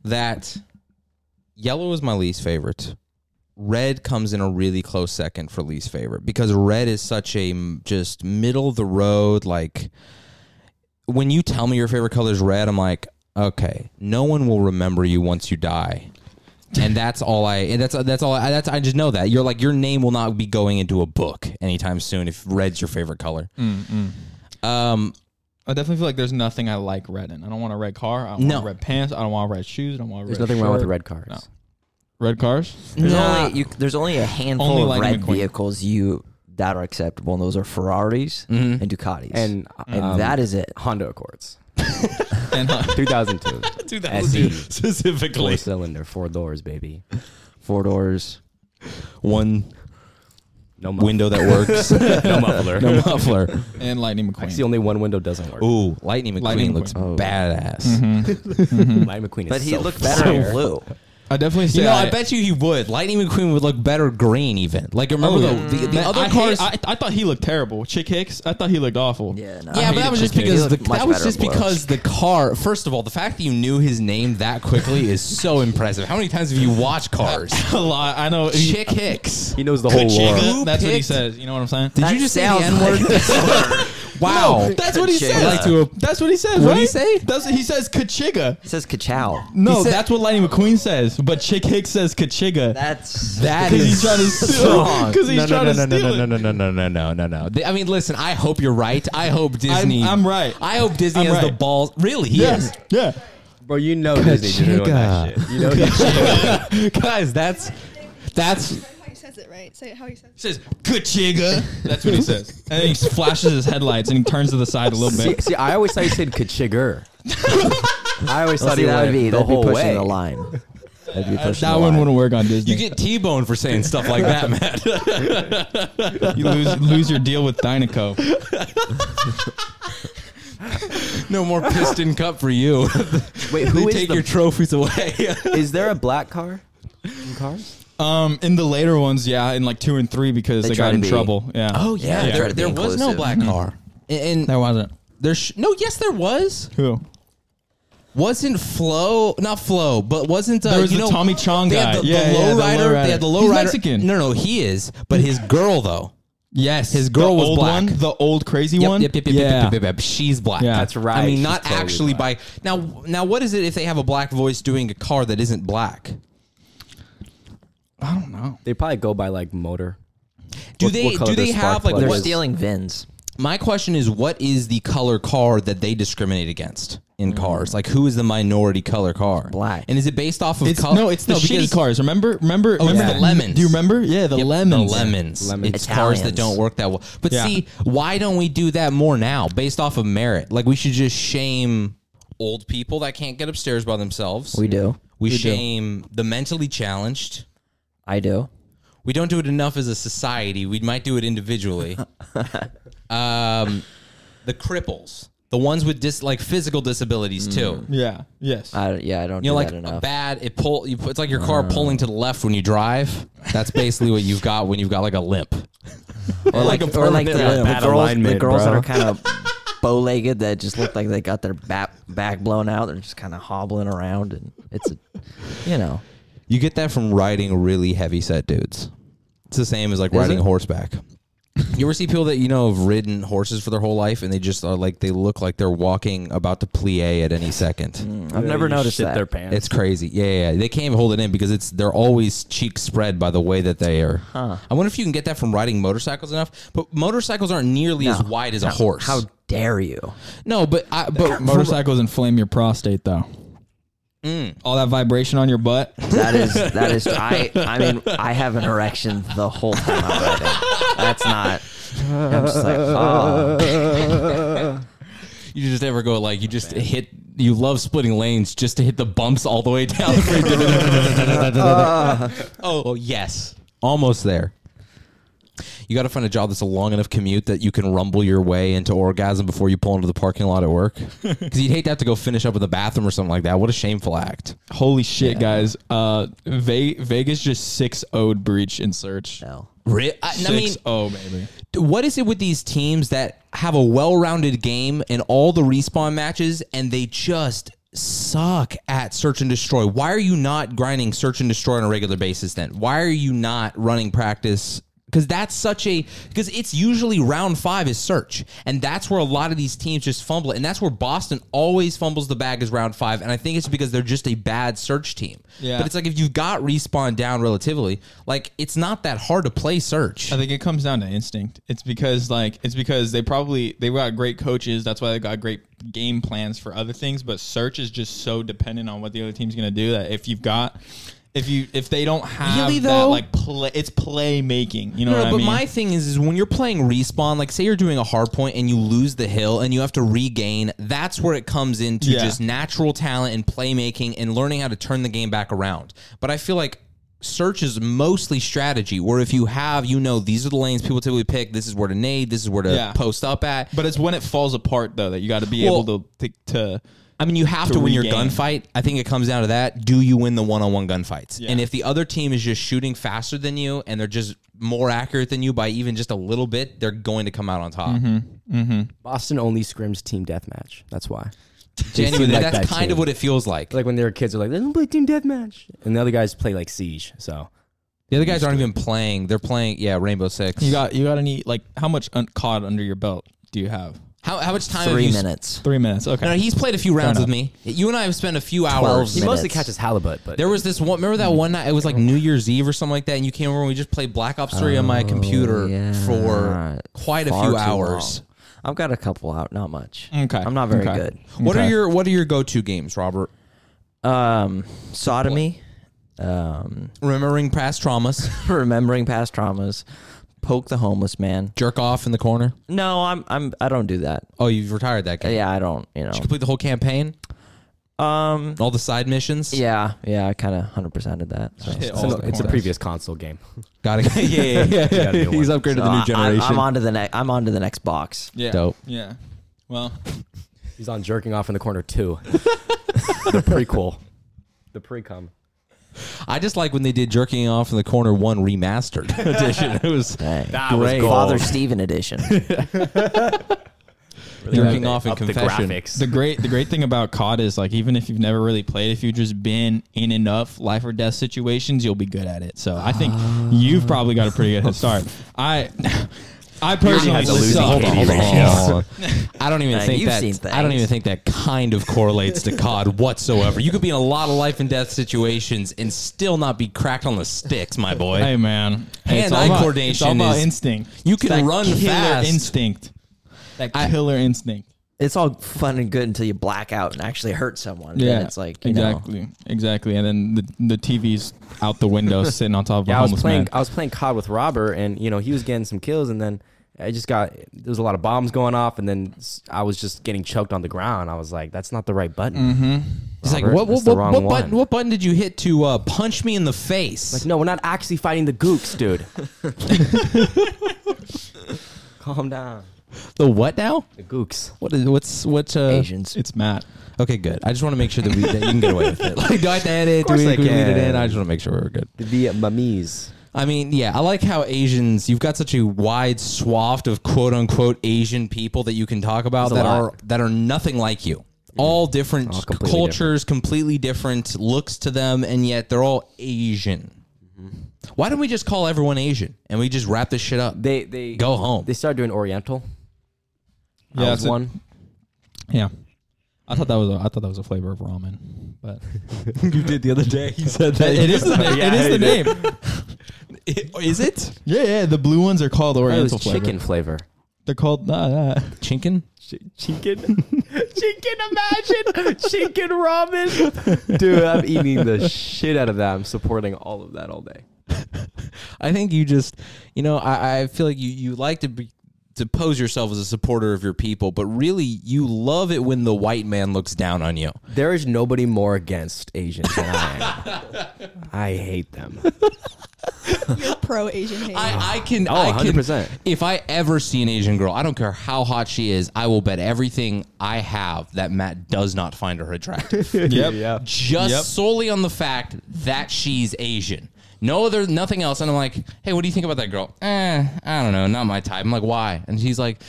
Speaker 2: that yellow is my least favorite. Red comes in a really close second for least favorite because red is such a m- just middle of the road. Like when you tell me your favorite color is red, I'm like, okay, no one will remember you once you die. and that's all I. And that's that's all. I, that's I just know that you're like your name will not be going into a book anytime soon if red's your favorite color. Um,
Speaker 1: I definitely feel like there's nothing I like red in. I don't want a red car. I don't
Speaker 2: No.
Speaker 1: want red pants. I don't want red shoes. I don't want.
Speaker 4: There's
Speaker 1: red
Speaker 4: nothing wrong with the
Speaker 1: shirt.
Speaker 4: red cars.
Speaker 1: No. Red cars.
Speaker 3: There's
Speaker 2: Nah.
Speaker 3: only you, there's only a handful
Speaker 1: Only
Speaker 3: of
Speaker 1: Lightning
Speaker 3: red
Speaker 1: McQueen.
Speaker 3: vehicles you that are acceptable, and those are Ferraris
Speaker 2: Mm-hmm.
Speaker 3: and Ducatis,
Speaker 4: And,
Speaker 3: and
Speaker 4: um,
Speaker 3: that is it.
Speaker 4: Honda Accords,
Speaker 1: And uh,
Speaker 3: (laughs)
Speaker 4: 2002,
Speaker 1: 2002
Speaker 4: (laughs) SE.
Speaker 1: specifically.
Speaker 4: E. four cylinder, four doors, baby.
Speaker 3: Four doors.
Speaker 2: one
Speaker 4: No muff.
Speaker 2: window that works,
Speaker 4: no muffler.
Speaker 2: no
Speaker 3: (laughs)
Speaker 2: muffler.
Speaker 1: And Lightning McQueen.
Speaker 4: Actually, only one window doesn't work.
Speaker 2: Ooh, Lightning McQueen
Speaker 1: Lightning
Speaker 2: looks
Speaker 1: McQueen.
Speaker 2: badass.
Speaker 4: Lightning McQueen is
Speaker 3: But he
Speaker 4: so
Speaker 3: looked
Speaker 4: fire.
Speaker 3: better in blue.
Speaker 2: (laughs)
Speaker 1: I definitely say.
Speaker 2: You know, I, bet you he would. Lightning McQueen would look better green, even. Like remember
Speaker 1: Oh,
Speaker 2: the,
Speaker 1: yeah.
Speaker 2: the, the
Speaker 1: Man,
Speaker 2: other
Speaker 1: I hate-
Speaker 2: cars.
Speaker 1: I, I thought he looked terrible. Chick Hicks. I thought he looked awful.
Speaker 3: Yeah, no.
Speaker 2: yeah, but that was just because
Speaker 3: He
Speaker 2: the,
Speaker 3: looked much
Speaker 2: that was
Speaker 3: better
Speaker 2: just
Speaker 3: in blue.
Speaker 2: because the car. First of all, the fact that you knew his name that quickly is so impressive. How many times have you watched Cars?
Speaker 1: (laughs)
Speaker 2: (laughs)
Speaker 1: a lot. I know. he-
Speaker 2: Chick Hicks.
Speaker 4: He knows the whole
Speaker 1: Chick-
Speaker 4: lore.
Speaker 2: Who
Speaker 1: that's what he
Speaker 2: picked-
Speaker 1: says. You know what I'm
Speaker 2: (laughs)
Speaker 1: saying?
Speaker 2: Did
Speaker 3: That
Speaker 2: you just say the
Speaker 3: sounds
Speaker 2: N word? (laughs)
Speaker 3: like-
Speaker 2: wow.
Speaker 1: That's what he
Speaker 3: Kachiga.
Speaker 1: says.
Speaker 2: Like to a-
Speaker 1: that's what he says.
Speaker 2: What'd
Speaker 1: right?
Speaker 2: he say?
Speaker 1: That's, he says Kachiga.
Speaker 3: It says Kachow.
Speaker 1: No,
Speaker 2: He said-
Speaker 1: that's what Lightning McQueen says. But Chick Hicks says Kachiga.
Speaker 3: That's
Speaker 2: That
Speaker 1: Because
Speaker 2: is
Speaker 1: he's
Speaker 2: (laughs)
Speaker 1: trying to steal. Because he's
Speaker 2: no,
Speaker 1: trying
Speaker 2: no,
Speaker 1: to
Speaker 2: no, no,
Speaker 1: steal
Speaker 2: no,
Speaker 1: it.
Speaker 2: no, no, no, no, no, no, no. They- I mean, listen. I hope you're right. I hope Disney.
Speaker 1: I'm right.
Speaker 2: I hope Disney
Speaker 1: I'm
Speaker 2: has the
Speaker 1: right.
Speaker 2: balls. Really, he is.
Speaker 1: Yeah. yeah.
Speaker 4: Bro, you know Disney just ruined that shit. You know
Speaker 3: (laughs)
Speaker 4: he-
Speaker 2: (laughs) Guys, that's
Speaker 1: (laughs)
Speaker 2: that's
Speaker 5: How he says it, right? Say it how he says it.
Speaker 1: says Kachiga. That's what he says. And then he flashes his headlights and he turns to the side a little
Speaker 4: see,
Speaker 2: (laughs)
Speaker 1: bit.
Speaker 4: see, I always thought you said
Speaker 3: (laughs)
Speaker 4: Kachigger. I always
Speaker 3: Well,
Speaker 4: thought
Speaker 3: see,
Speaker 4: he
Speaker 3: that
Speaker 4: went
Speaker 3: would be,
Speaker 4: the
Speaker 3: that'd be
Speaker 4: whole
Speaker 3: pushing
Speaker 4: way.
Speaker 3: the line. That'd be
Speaker 1: (laughs)
Speaker 3: pushing
Speaker 1: That
Speaker 3: the
Speaker 1: one
Speaker 3: line.
Speaker 1: wouldn't work on Disney.
Speaker 2: you get T-boned for saying stuff like that, man.
Speaker 1: You lose lose your deal with Dynaco.
Speaker 2: No more piston cup for you. they
Speaker 4: Wait, who is
Speaker 2: (laughs) take (laughs)
Speaker 4: the?
Speaker 2: your trophies away.
Speaker 4: is there a black car? In cars?
Speaker 1: Um, in the later ones, yeah, in like two and three because
Speaker 3: They
Speaker 1: they,
Speaker 3: try
Speaker 1: got
Speaker 3: to
Speaker 1: in
Speaker 3: be-
Speaker 1: trouble. Yeah.
Speaker 2: oh,
Speaker 3: Yeah, there- there was no black
Speaker 2: car. And,
Speaker 1: Mm-hmm. that
Speaker 2: and
Speaker 1: wasn't
Speaker 2: there, sh- no, yes, there was.
Speaker 1: who.
Speaker 2: Wasn't Flo, not Flo, but wasn't uh,
Speaker 1: There was
Speaker 2: you
Speaker 1: the
Speaker 2: know,
Speaker 1: Tommy Chong
Speaker 2: they had
Speaker 1: guy.
Speaker 2: the,
Speaker 1: Yeah, yeah,
Speaker 2: the
Speaker 1: the
Speaker 2: lowrider.
Speaker 1: lowrider.
Speaker 2: They had the
Speaker 1: He's
Speaker 2: lowrider.
Speaker 1: Mexican.
Speaker 2: No, no, he is, but his girl though.
Speaker 1: Yes,
Speaker 2: His girl
Speaker 1: the
Speaker 2: was
Speaker 1: old
Speaker 2: black.
Speaker 1: One, the old crazy
Speaker 2: Yep,
Speaker 1: one.
Speaker 2: Yep, yep, yep,
Speaker 1: yeah.
Speaker 2: yep, yep, yep, yep. She's black.
Speaker 1: Yeah.
Speaker 4: That's right.
Speaker 2: I mean,
Speaker 4: She's
Speaker 2: not
Speaker 4: totally
Speaker 2: actually
Speaker 4: black.
Speaker 2: by now. Now, what is it if they have a black voice doing a car that isn't black?
Speaker 1: I don't know.
Speaker 4: They probably go by like motor.
Speaker 2: Do
Speaker 4: What-
Speaker 2: they
Speaker 4: what color
Speaker 2: do they
Speaker 4: their spark
Speaker 2: have like
Speaker 4: plug
Speaker 3: They're
Speaker 2: what-
Speaker 4: is.
Speaker 3: stealing VINs.
Speaker 2: My question is, what is the color car that they discriminate against in cars? Like, who is the minority color car?
Speaker 3: Black.
Speaker 2: And is it based off of
Speaker 1: It's
Speaker 2: color?
Speaker 1: no, it's the shitty cars. Remember, remember,
Speaker 2: Oh,
Speaker 1: remember
Speaker 2: yeah. the lemons.
Speaker 1: Do you remember? Yeah, the
Speaker 2: The
Speaker 1: lemons.
Speaker 2: lemons. The lemons.
Speaker 4: Lemons.
Speaker 2: It's cars
Speaker 3: Italians.
Speaker 2: that don't work that well. But
Speaker 1: Yeah.
Speaker 2: see, why don't we do that more now based off of merit? Like, we should just shame old people that can't get upstairs by themselves.
Speaker 3: We do.
Speaker 2: We, shame the mentally challenged.
Speaker 3: I do.
Speaker 2: We don't do it enough as a society. We might do it (laughs) individually. um, the cripples, the ones with dis- like physical disabilities too.
Speaker 1: Yeah.
Speaker 2: Uh,
Speaker 1: Yes.
Speaker 3: I, yeah, I don't
Speaker 2: You know,
Speaker 3: do
Speaker 2: like
Speaker 3: that
Speaker 2: a
Speaker 3: enough.
Speaker 2: Mm, bad Uh. it pull. You, it's like your car pulling to the left when you drive. That's basically what you've got when you've got like a limp.
Speaker 3: or like, or like the,
Speaker 4: permanent
Speaker 3: the
Speaker 4: bad
Speaker 3: girls, the
Speaker 4: alignment,
Speaker 3: girls that
Speaker 4: bro.
Speaker 3: are kind of
Speaker 2: (laughs)
Speaker 3: bow legged that just look like they got their back back blown out. They're just kind of hobbling around, and it's a, you know,
Speaker 2: You get that from riding really heavy set dudes. It's the same as like riding
Speaker 3: it?
Speaker 2: horseback. You ever see people that you know have ridden horses for their whole life and they just are like they look like they're walking about to plie at any second.
Speaker 3: I've never noticed
Speaker 4: shit
Speaker 3: that.
Speaker 4: their pants.
Speaker 2: It's crazy. Yeah, yeah, yeah. They can't even hold it in because it's they're always cheek spread by the way that they are. I wonder if you can get that from riding motorcycles enough. But motorcycles aren't nearly as
Speaker 3: No.
Speaker 2: wide as a
Speaker 3: How-
Speaker 2: horse.
Speaker 3: How dare you?
Speaker 2: No, but I,
Speaker 3: (laughs)
Speaker 2: but
Speaker 1: Motorcycles inflame your prostate though.
Speaker 2: Mm.
Speaker 1: All that vibration on your butt.
Speaker 3: That is that is. I I mean, I have an erection the whole time I'm riding. That's not. I'm just like, oh,
Speaker 2: you just ever go like you just hit. You love splitting lanes just to hit the bumps all the way down. (laughs) oh, oh yes, almost there. You got to find a job that's a long enough commute that you can rumble your way into orgasm before you pull into the parking lot at (laughs) work. Because you'd hate to have to go finish up in the bathroom or something like that. What a shameful act!
Speaker 1: Holy shit, guys! Uh, Ve- Vegas just six owed breach in search.
Speaker 3: no.
Speaker 2: Re- I, I mean,
Speaker 1: Six oh baby.
Speaker 2: what is it with these teams that have a well-rounded game and all the respawn matches and they just suck at search and destroy why are you not grinding search and destroy on a regular basis then why are you not running practice because that's such a because it's usually round five is search, and that's where a lot of these teams just fumble, it. and that's where Boston always fumbles the bag is round five, and I think it's because they're just a bad search team.
Speaker 1: Yeah.
Speaker 2: but it's like if you got respawn down relatively, like it's not that hard to play search.
Speaker 1: I think it comes down to instinct. It's because like it's because they probably they got great coaches. That's why they got great game plans for other things. But search is just so dependent on what the other team's going to do that if you've got if you if they don't have
Speaker 2: Really,
Speaker 1: that
Speaker 2: though?
Speaker 1: like play, it's playmaking. You know
Speaker 2: No,
Speaker 1: what
Speaker 2: but
Speaker 1: I mean?
Speaker 2: my thing is, is when you're playing respawn, like say you're doing a hard point and you lose the hill and you have to regain. That's where it comes into
Speaker 1: Yeah.
Speaker 2: just natural talent and playmaking and learning how to turn the game back around. But I feel like search is mostly strategy. Where if you have, you know, these are the lanes people typically pick. This is where to nade. This is where to
Speaker 1: Yeah.
Speaker 2: post up at.
Speaker 1: but it's when it falls apart though that you got to be
Speaker 2: Well-
Speaker 1: able to to. to
Speaker 2: I mean, you have to,
Speaker 1: to
Speaker 2: win your
Speaker 1: regain.
Speaker 2: gunfight. I think it comes down to that. Do you win the one on one gunfights?
Speaker 1: Yeah.
Speaker 2: And if the other team is just shooting faster than you and they're just more accurate than you by even just a little bit, they're going to come out on top.
Speaker 1: Mm-hmm.
Speaker 4: Boston only scrims team deathmatch. That's why.
Speaker 2: Genuinely,
Speaker 4: They seem like
Speaker 2: that's
Speaker 4: that
Speaker 2: kind of
Speaker 4: team.
Speaker 2: what it feels like.
Speaker 4: Like when they were kids, they're like, "They don't play team deathmatch," and the other guys play like siege. So
Speaker 2: The other guys aren't even playing. They're playing, yeah, Rainbow Six.
Speaker 1: You got you got any like how much un- COD under your belt do you have?
Speaker 2: how, how much time? have
Speaker 3: Three
Speaker 2: you sp-
Speaker 3: minutes.
Speaker 1: Three minutes. Okay.
Speaker 2: No, no, he's played a few rounds
Speaker 1: enough.
Speaker 2: with me. You and I have spent a few
Speaker 3: Twelve
Speaker 2: hours.
Speaker 4: he mostly
Speaker 3: Minutes.
Speaker 4: catches halibut, but
Speaker 2: There was this one. Remember that one night? It was like New Year's Eve or something like that, and you came over and we just played Black Ops Three on my computer
Speaker 3: Oh, yeah.
Speaker 2: for quite a
Speaker 3: Far
Speaker 2: few
Speaker 3: too
Speaker 2: hours.
Speaker 3: long. I've got a couple out, not much.
Speaker 1: Okay.
Speaker 3: I'm not very
Speaker 1: Okay.
Speaker 3: good.
Speaker 2: What are
Speaker 1: Okay.
Speaker 2: your What are your go to games, Robert?
Speaker 3: Um, sodomy, (laughs) um,
Speaker 2: Remembering past traumas, (laughs)
Speaker 3: remembering past traumas, poke the homeless man.
Speaker 2: jerk off in the corner.
Speaker 3: No, I'm I'm I don't do that.
Speaker 2: Oh, you've retired that game.
Speaker 3: Yeah, I don't. You
Speaker 2: Did you complete the whole campaign,
Speaker 3: know. Um.
Speaker 2: all the side missions.
Speaker 3: Yeah, yeah. I kind of hundred percent of that. So.
Speaker 1: Hit
Speaker 4: it's,
Speaker 1: all
Speaker 4: an-
Speaker 1: the
Speaker 4: it's a
Speaker 1: corners.
Speaker 4: previous console game.
Speaker 2: Got it. (laughs) yeah, yeah, yeah.
Speaker 4: Yeah, new one.
Speaker 2: He's upgraded to the new
Speaker 3: So I- I'm-
Speaker 2: generation.
Speaker 3: I'm on to the next. I'm on to the next box.
Speaker 1: Yeah.
Speaker 2: Dope.
Speaker 1: Yeah. Well,
Speaker 4: He's on jerking off in the corner too. (laughs) the prequel, the pre-com.
Speaker 2: I just like when they did Jerking Off in the Corner 1 remastered (laughs) edition. It was
Speaker 3: Dang.
Speaker 4: That was gold.
Speaker 3: Father Stephen edition.
Speaker 1: (laughs)
Speaker 2: jerking off in
Speaker 4: Up
Speaker 2: confession.
Speaker 4: The graphics.
Speaker 1: the great the great thing about COD is like even if you've never really played, if you've just been in enough life or death situations, you'll be good at it. So I think you've probably got a pretty good head start. I I personally
Speaker 4: has a losing
Speaker 1: suck.
Speaker 4: Katie ratio.
Speaker 2: Oh. (laughs) I don't even
Speaker 3: Man,
Speaker 2: think
Speaker 3: you've
Speaker 2: that.
Speaker 3: seen
Speaker 2: I don't
Speaker 3: things.
Speaker 2: even think that kind of correlates to COD whatsoever. You could be in a lot of life and death situations and still not be cracked on the sticks,
Speaker 4: (laughs)
Speaker 2: my boy.
Speaker 1: Hey man,
Speaker 2: Hand-eye
Speaker 1: all about-
Speaker 2: coordination
Speaker 1: It's all about
Speaker 2: is-
Speaker 1: instinct.
Speaker 2: you can
Speaker 1: That
Speaker 2: run
Speaker 1: killer
Speaker 2: fast.
Speaker 1: instinct. That killer instinct.
Speaker 3: it's all fun and good until you black out and actually hurt someone. Yeah,
Speaker 1: Yeah,
Speaker 3: then it's like you know.
Speaker 1: exactly, exactly, and then the the TV's out the (laughs) window, sitting on top of a
Speaker 4: Yeah, I was
Speaker 1: homeless
Speaker 4: playing.
Speaker 1: man.
Speaker 4: I was playing COD with Robert, and you know he was getting some kills, and then I just got there was a lot of bombs going off, and then s- I was just getting choked on the ground. I was like, that's not the right button.
Speaker 2: It's like
Speaker 4: Robert,
Speaker 2: what what,
Speaker 4: that's the
Speaker 2: what,
Speaker 4: wrong
Speaker 2: what
Speaker 4: one.
Speaker 2: button what button did you hit to uh, punch me in the face?
Speaker 4: Like, no, we're not actually fighting the gooks, dude. (laughs) Calm down.
Speaker 2: the what now?
Speaker 4: The gooks.
Speaker 2: What is what's what? Uh,
Speaker 3: Asians.
Speaker 1: It's Matt.
Speaker 2: Okay, good. I just want to make sure that, we, that you can get away with
Speaker 4: (laughs)
Speaker 2: it. Like, do I have to edit? Do
Speaker 4: course
Speaker 2: we,
Speaker 4: I
Speaker 2: can we leave it
Speaker 4: can.
Speaker 2: in? I just want to make sure we're good.
Speaker 4: The Vietnamese.
Speaker 2: I mean, yeah, I like how Asians. You've got such a wide swath of quote unquote Asian people that you can talk about
Speaker 4: There's a
Speaker 2: that
Speaker 4: lot.
Speaker 2: are that are nothing like you. All different
Speaker 4: All completely
Speaker 2: cultures, completely different looks to them, and yet they're all Asian.
Speaker 4: Mm-hmm.
Speaker 2: Why don't we just call everyone Asian and we just wrap this shit up?
Speaker 4: They they
Speaker 2: Go home.
Speaker 4: They started doing Oriental.
Speaker 1: Yeah,
Speaker 4: Yeah, was
Speaker 1: it's a-
Speaker 4: one.
Speaker 1: Yeah, I thought that was a, I thought that was a flavor of ramen, (laughs) but
Speaker 2: you did the other day. He said that
Speaker 1: it is (laughs)
Speaker 4: (laughs)
Speaker 1: the name. it is the name.
Speaker 2: (laughs) is it
Speaker 1: Yeah, yeah. The blue ones are called
Speaker 4: Oh, it
Speaker 1: Oriental
Speaker 4: was
Speaker 1: flavor.
Speaker 4: chicken flavor.
Speaker 1: They're called uh,
Speaker 2: Chinkin?
Speaker 1: (laughs)
Speaker 4: Chicken, chicken. Imagine chicken ramen, dude. I'm eating the shit out of that. I'm supporting all of that all day.
Speaker 2: I think you just, you know, I, I feel like you, you like to be, to pose yourself as a supporter of your people, but really you love it when the white man looks down on you.
Speaker 4: There is nobody more against Asians than I am. I hate them.
Speaker 5: Pro Asian hate.
Speaker 2: I, I can,
Speaker 4: Oh,
Speaker 2: I can-
Speaker 4: 100%.
Speaker 2: If I ever see an Asian girl, I don't care how hot she is, I will bet everything I have that Matt does not find her attractive.
Speaker 1: Yep.
Speaker 4: Yeah.
Speaker 2: just
Speaker 1: Yep.
Speaker 2: solely on the fact that she's Asian. No other, nothing else. And I'm like, hey, what do you think about that girl? Eh, I don't know, not my type. I'm like, why? And she's like,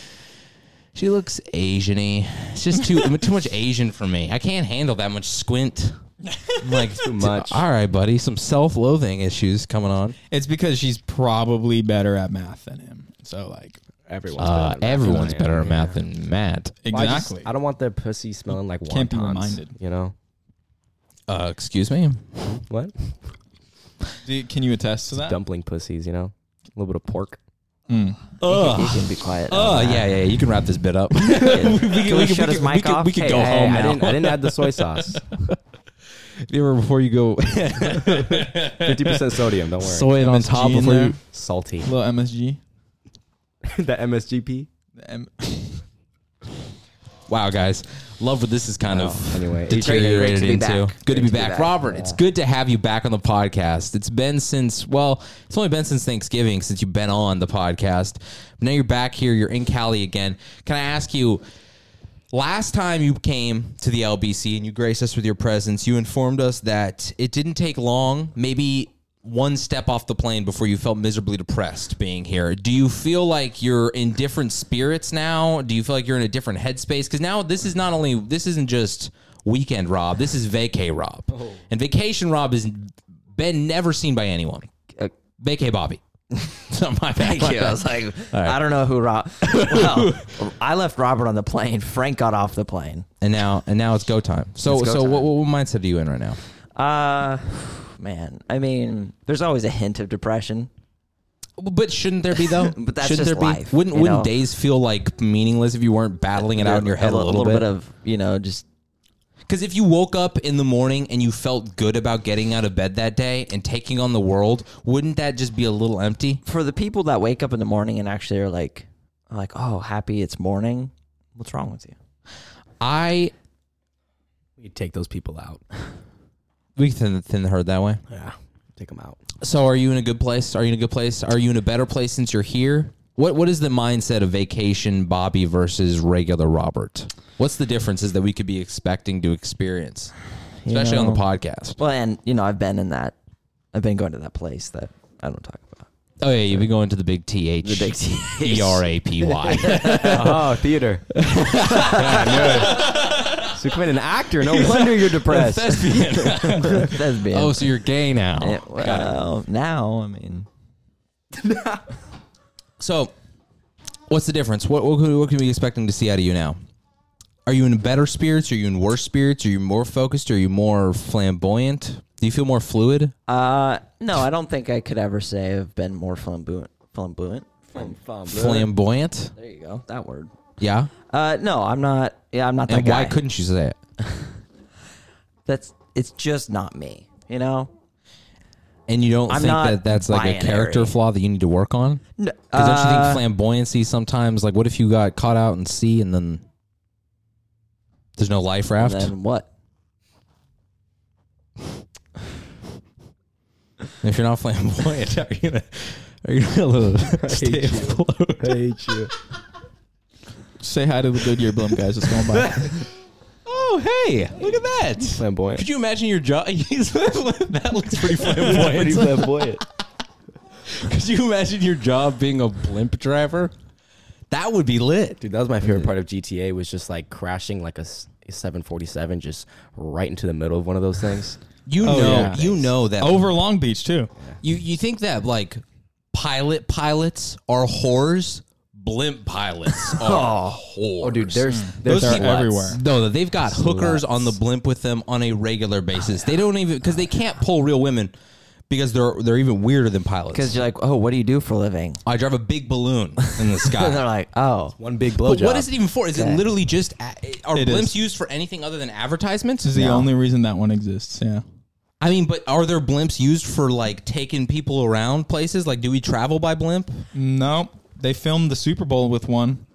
Speaker 2: she looks Asian-y. It's just too too much Asian for me. I can't handle that much squint. I'm like
Speaker 4: (laughs) Too much.
Speaker 2: All right, buddy. Some self-loathing issues coming on.
Speaker 1: It's because she's probably better at math than him. So like
Speaker 4: Everyone's
Speaker 2: Uh,
Speaker 4: better than
Speaker 2: everyone's
Speaker 4: Matt than I
Speaker 2: better
Speaker 4: am,
Speaker 2: at
Speaker 4: yeah.
Speaker 2: math than Matt.
Speaker 4: Well, I just-
Speaker 1: exactly.
Speaker 4: I, don't want their pussy smelling like wontons.
Speaker 1: Can't be reminded.
Speaker 4: You know
Speaker 2: Uh, excuse me.
Speaker 4: what?
Speaker 1: Do- can you attest to that?
Speaker 4: Dumpling pussies. You know, a little bit of pork.
Speaker 1: Mm.
Speaker 2: (laughs)
Speaker 3: You can be quiet.
Speaker 2: Oh yeah, yeah.
Speaker 4: (laughs)
Speaker 2: You can wrap this bit up. (laughs)
Speaker 3: Can we shut his mic off?
Speaker 2: We could
Speaker 4: Hey,
Speaker 2: go
Speaker 4: hey,
Speaker 2: home
Speaker 4: I
Speaker 2: now.
Speaker 4: didn't, I didn't add the
Speaker 2: (laughs)
Speaker 4: soy sauce.
Speaker 2: They were before you go.
Speaker 4: Fifty percent sodium. Don't worry. Uh,
Speaker 2: Soy it on
Speaker 1: MSG
Speaker 2: top
Speaker 1: in
Speaker 2: of
Speaker 1: there.
Speaker 2: it.
Speaker 1: (laughs)
Speaker 4: Salty.
Speaker 1: Little MSG.
Speaker 4: the MSGP.
Speaker 1: The M-
Speaker 2: Wow, guys, love what this is kind of
Speaker 4: Anyway,
Speaker 2: deteriorated
Speaker 3: Great to be
Speaker 2: into.
Speaker 3: back.
Speaker 2: Good to be
Speaker 3: Great
Speaker 2: back, Robert. It's good to have you back on the podcast. It's been since well, it's only been since Thanksgiving since you've been on the podcast. But now you're back here. You're in Cali again. Can I ask you? Last time you came to the LBC and you graced us with your presence, you informed us that it didn't take long, maybe one step off the plane before you felt miserably depressed being here. Do you feel like you're in different spirits now? Do you feel like you're in a different headspace? Because now this is not only, this isn't just weekend Rob, this is vacay Rob.
Speaker 3: Oh.
Speaker 2: And vacation Rob has been never seen by anyone.
Speaker 3: Uh,
Speaker 2: Vacay Bobby. (laughs) my (laughs) bad.
Speaker 3: Thank you. I was like, I don't know who Rob. well,
Speaker 2: (laughs)
Speaker 3: I left Robert on the plane. Frank got off the plane.
Speaker 2: And now, and now it's go time. So,
Speaker 3: It's go
Speaker 2: so
Speaker 3: time.
Speaker 2: What, what mindset are you in right now?
Speaker 3: Uh, man. I mean, there's always a hint of depression.
Speaker 2: But shouldn't there be though?
Speaker 3: (laughs) But that's
Speaker 2: shouldn't
Speaker 3: just
Speaker 2: there
Speaker 3: life,
Speaker 2: Be? Wouldn't
Speaker 3: you
Speaker 2: wouldn't
Speaker 3: know?
Speaker 2: days feel like meaningless if you weren't battling it out in your head a little,
Speaker 3: bit.
Speaker 2: bit?
Speaker 3: of you know just
Speaker 2: Because if you woke up in the morning and you felt good about getting out of bed that day and taking on the world, wouldn't that just be a little empty?
Speaker 3: for the people that wake up in the morning and actually are like, are like, oh, happy it's morning. What's wrong with you?
Speaker 2: I
Speaker 4: You take those people out.
Speaker 2: we can thin, thin the herd that way.
Speaker 4: Yeah, take them
Speaker 2: (laughs)
Speaker 4: out.
Speaker 2: So are you in a good place? Are you in a good place? Are you in a better place since you're here? What what is the mindset of vacation Bobby versus regular Robert? What's the differences that we could be expecting to experience,
Speaker 3: You
Speaker 2: especially
Speaker 3: know?
Speaker 2: on the podcast?
Speaker 3: Well, and you know, I've been in that. I've been going to that place that I don't talk
Speaker 2: (laughs)
Speaker 3: about.
Speaker 2: Oh yeah, you've been going to the big th,
Speaker 3: The big T.
Speaker 2: E R A P
Speaker 3: (laughs)
Speaker 2: Y.
Speaker 4: oh, theater.
Speaker 2: (laughs)
Speaker 4: So you commit an
Speaker 2: (laughs)
Speaker 4: actor. No wonder you're depressed.
Speaker 3: That's been.
Speaker 2: Oh, so you're gay now.
Speaker 3: Yeah, well, now I mean,
Speaker 2: So, what's the difference? What what, could- what can we be expecting to see out of you now? Are you in better spirits? Are you in worse spirits? Are you more focused? Are you more flamboyant? Do you feel more fluid?
Speaker 3: uh, (laughs) no, I don't think I could ever say I've been more flamboyant. Flamboyant. Flam-
Speaker 2: Flamboyant?
Speaker 3: there you go. That word.
Speaker 2: Yeah.
Speaker 3: Uh, no, I'm not. Yeah, I'm not that
Speaker 2: And
Speaker 3: guy.
Speaker 2: why couldn't you say it?
Speaker 3: That's. It's just not me. You know.
Speaker 2: And you don't
Speaker 3: I'm
Speaker 2: think
Speaker 3: not
Speaker 2: that that's like a
Speaker 3: binary.
Speaker 2: character flaw that you need to work on?
Speaker 3: No,
Speaker 2: Because don't you
Speaker 3: uh,
Speaker 2: think flamboyancy sometimes, like, what if you got caught out in sea and then there's no life raft?
Speaker 3: Then what?
Speaker 2: If you're not flamboyant, are you gonna are you gonna (laughs) live- stay afloat?
Speaker 4: I hate you.
Speaker 1: Say hi to the Goodyear Blum guys that's going
Speaker 4: (laughs)
Speaker 1: by.
Speaker 2: Oh hey, look at that!
Speaker 4: Flamboyant.
Speaker 2: Could you imagine your job? (laughs) that looks pretty (laughs) flamboyant.
Speaker 4: flamboyant.
Speaker 2: Could you imagine your job being a blimp driver? That would be lit.
Speaker 4: Dude, that was my favorite part of GTA was just like crashing like a, s- a 747 just right into the middle of one of
Speaker 2: (laughs)
Speaker 4: those things.
Speaker 2: You
Speaker 1: Oh,
Speaker 2: know,
Speaker 1: yeah.
Speaker 2: you know that
Speaker 1: Over Long Beach too.
Speaker 2: You you think that like pilot pilots are whores? Blimp
Speaker 4: (laughs)
Speaker 2: pilots are whores.
Speaker 4: Oh, dude, there's
Speaker 1: Those
Speaker 4: there's
Speaker 1: are
Speaker 4: sluts.
Speaker 1: Hmm. everywhere.
Speaker 2: No, that they've got hookers on the blimp with them on a regular basis. They don't even because they can't pull real women because they're they're even weirder than
Speaker 3: Because
Speaker 2: pilots.
Speaker 3: you're like, oh, what do you do for a living?
Speaker 2: I drive a big balloon in the
Speaker 4: (laughs)
Speaker 3: And they're
Speaker 2: sky.
Speaker 3: like, oh,
Speaker 4: One big
Speaker 2: But
Speaker 4: blowjob.
Speaker 2: what is it even for? Is it
Speaker 3: Okay.
Speaker 2: literally just a- are
Speaker 1: It
Speaker 2: blimps
Speaker 1: is.
Speaker 2: used for anything other than
Speaker 1: This is
Speaker 2: advertisements?
Speaker 1: the only reason that one exists. Yeah.
Speaker 2: I mean, but are there blimps used for like taking people around places? Like, do we travel by blimp?
Speaker 1: No, they filmed the Super Bowl with one.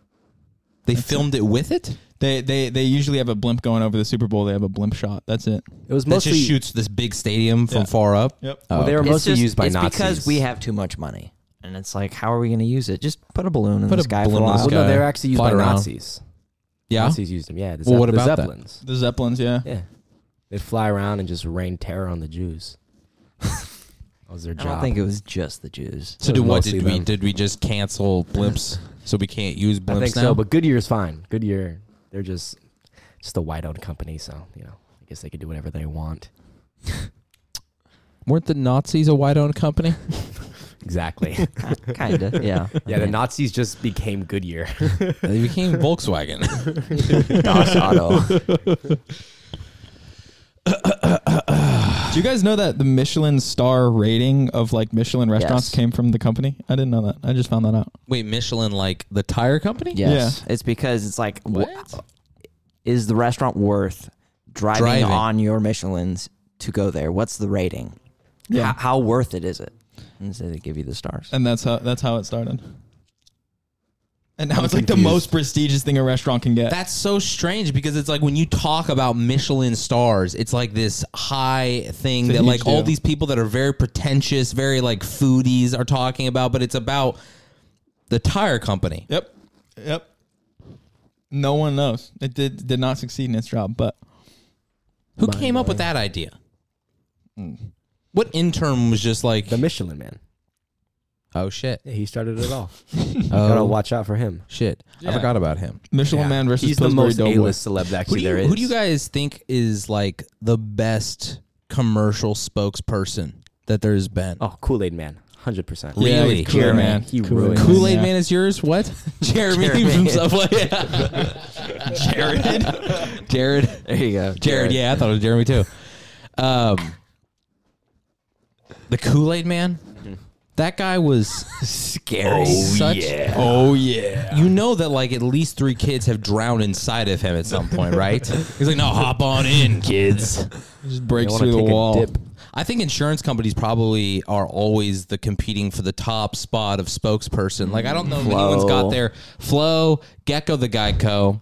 Speaker 2: They filmed it with it.
Speaker 1: They they they usually have a blimp going over the Super Bowl. They have a blimp shot. That's it.
Speaker 4: It was
Speaker 2: That
Speaker 4: mostly
Speaker 2: just shoots this big stadium from
Speaker 1: Yeah.
Speaker 2: far up. Uh,
Speaker 1: Yep.
Speaker 4: Well, they were
Speaker 3: it's
Speaker 4: mostly
Speaker 3: just-
Speaker 4: used by
Speaker 3: it's
Speaker 4: Nazis.
Speaker 3: because we have too much money, and it's like, how are we going to use it? Just put a balloon in
Speaker 2: Put
Speaker 3: the
Speaker 2: a
Speaker 3: sky for a
Speaker 2: balloon in the
Speaker 3: while.
Speaker 4: Well, no, they were
Speaker 2: guy
Speaker 4: actually used
Speaker 2: fly
Speaker 4: by
Speaker 2: around.
Speaker 4: Nazis.
Speaker 2: Yeah.
Speaker 4: Nazis used them. Yeah. The
Speaker 2: Well, what
Speaker 4: Zep-
Speaker 2: about
Speaker 4: the
Speaker 2: that?
Speaker 4: Zeppelins?
Speaker 1: The Zeppelins.
Speaker 4: (sighs)
Speaker 1: Yeah.
Speaker 4: Yeah. They'd fly around and just rain terror on the Jews. (laughs) that was their
Speaker 3: I
Speaker 4: job.
Speaker 3: don't think it was just the Jews.
Speaker 2: So did what? Did
Speaker 4: Mostly
Speaker 2: we
Speaker 4: them.
Speaker 2: did we just cancel
Speaker 4: (laughs)
Speaker 2: blimps? So we can't use blimps
Speaker 4: I think
Speaker 2: now.
Speaker 4: so, but Goodyear's fine. Goodyear, they're just just a white-owned company, so you know, I guess they could do whatever they want.
Speaker 2: Weren't the Nazis a white-owned
Speaker 4: (laughs)
Speaker 2: company?
Speaker 4: Exactly.
Speaker 3: (laughs) (laughs) Kinda, yeah.
Speaker 4: (laughs) yeah,
Speaker 2: (laughs)
Speaker 4: the Nazis just became Goodyear.
Speaker 2: They became Volkswagen. (laughs)
Speaker 3: Das Auto.
Speaker 1: Do you guys know that the Michelin star rating of like Michelin restaurants
Speaker 3: Yes.
Speaker 1: came from the company? I didn't know that. I just found that out.
Speaker 2: Wait, Michelin, like the tire company?
Speaker 3: Yes, it's because it's like, wh- is the restaurant worth driving,
Speaker 2: Driving.
Speaker 3: on your Michelin's to go there? What's the rating?
Speaker 1: Yeah.
Speaker 3: How, how worth it is it? And so they give you the stars.
Speaker 1: And that's how that's how it started. And now it's like the
Speaker 4: confused.
Speaker 1: most prestigious thing a restaurant can get.
Speaker 2: That's so strange because it's like when you talk about Michelin stars, it's like this high thing
Speaker 1: a
Speaker 2: that
Speaker 1: huge
Speaker 2: like all
Speaker 1: deal.
Speaker 2: these people that are very pretentious, very like foodies are talking about, but it's about the tire company.
Speaker 1: yep. Yep. No one knows. It did did not succeed in its job, but
Speaker 2: Who came up with that idea? What intern was just like,
Speaker 4: the Michelin Man.
Speaker 2: oh shit,
Speaker 4: Yeah, he started it all.
Speaker 2: Oh.
Speaker 4: Gotta watch out for him.
Speaker 2: shit, I forgot about him.
Speaker 1: Michelin Man versus
Speaker 4: He's the
Speaker 1: Pillsbury
Speaker 4: most
Speaker 1: Doughboy.
Speaker 4: A-list celeb
Speaker 2: Who
Speaker 4: actually
Speaker 2: do, you,
Speaker 4: there is.
Speaker 2: who do you guys think is like the best commercial spokesperson that there's been?
Speaker 4: Oh, Kool Aid Man, hundred percent.
Speaker 1: Yeah,
Speaker 2: Really?
Speaker 1: Kool-Aid
Speaker 4: Jeremy.
Speaker 1: Man.
Speaker 4: He
Speaker 1: Kool-Aid
Speaker 4: ruined it.
Speaker 2: Kool Aid
Speaker 1: Yeah.
Speaker 2: Man is yours? What? Jeremy,
Speaker 3: Jeremy.
Speaker 2: from Subway. (laughs) Jared. Jared.
Speaker 3: There you go.
Speaker 2: Jared. Yeah, I thought it was Jeremy too. Um, the Kool Aid Man. That guy was
Speaker 3: Scary.
Speaker 2: such.
Speaker 1: Oh yeah.
Speaker 2: You know that like at least three kids have drowned inside of him at some
Speaker 1: (laughs)
Speaker 2: point, right? He's like, no, hop on in, kids.
Speaker 1: Just breaks
Speaker 4: wanna
Speaker 1: through the
Speaker 4: take a
Speaker 1: wall.
Speaker 4: dip.
Speaker 2: I think insurance companies probably are always the competing for the top spot of spokesperson. Like I don't know if anyone's got
Speaker 3: Flo.
Speaker 2: there. Flo, Gecko the Geico,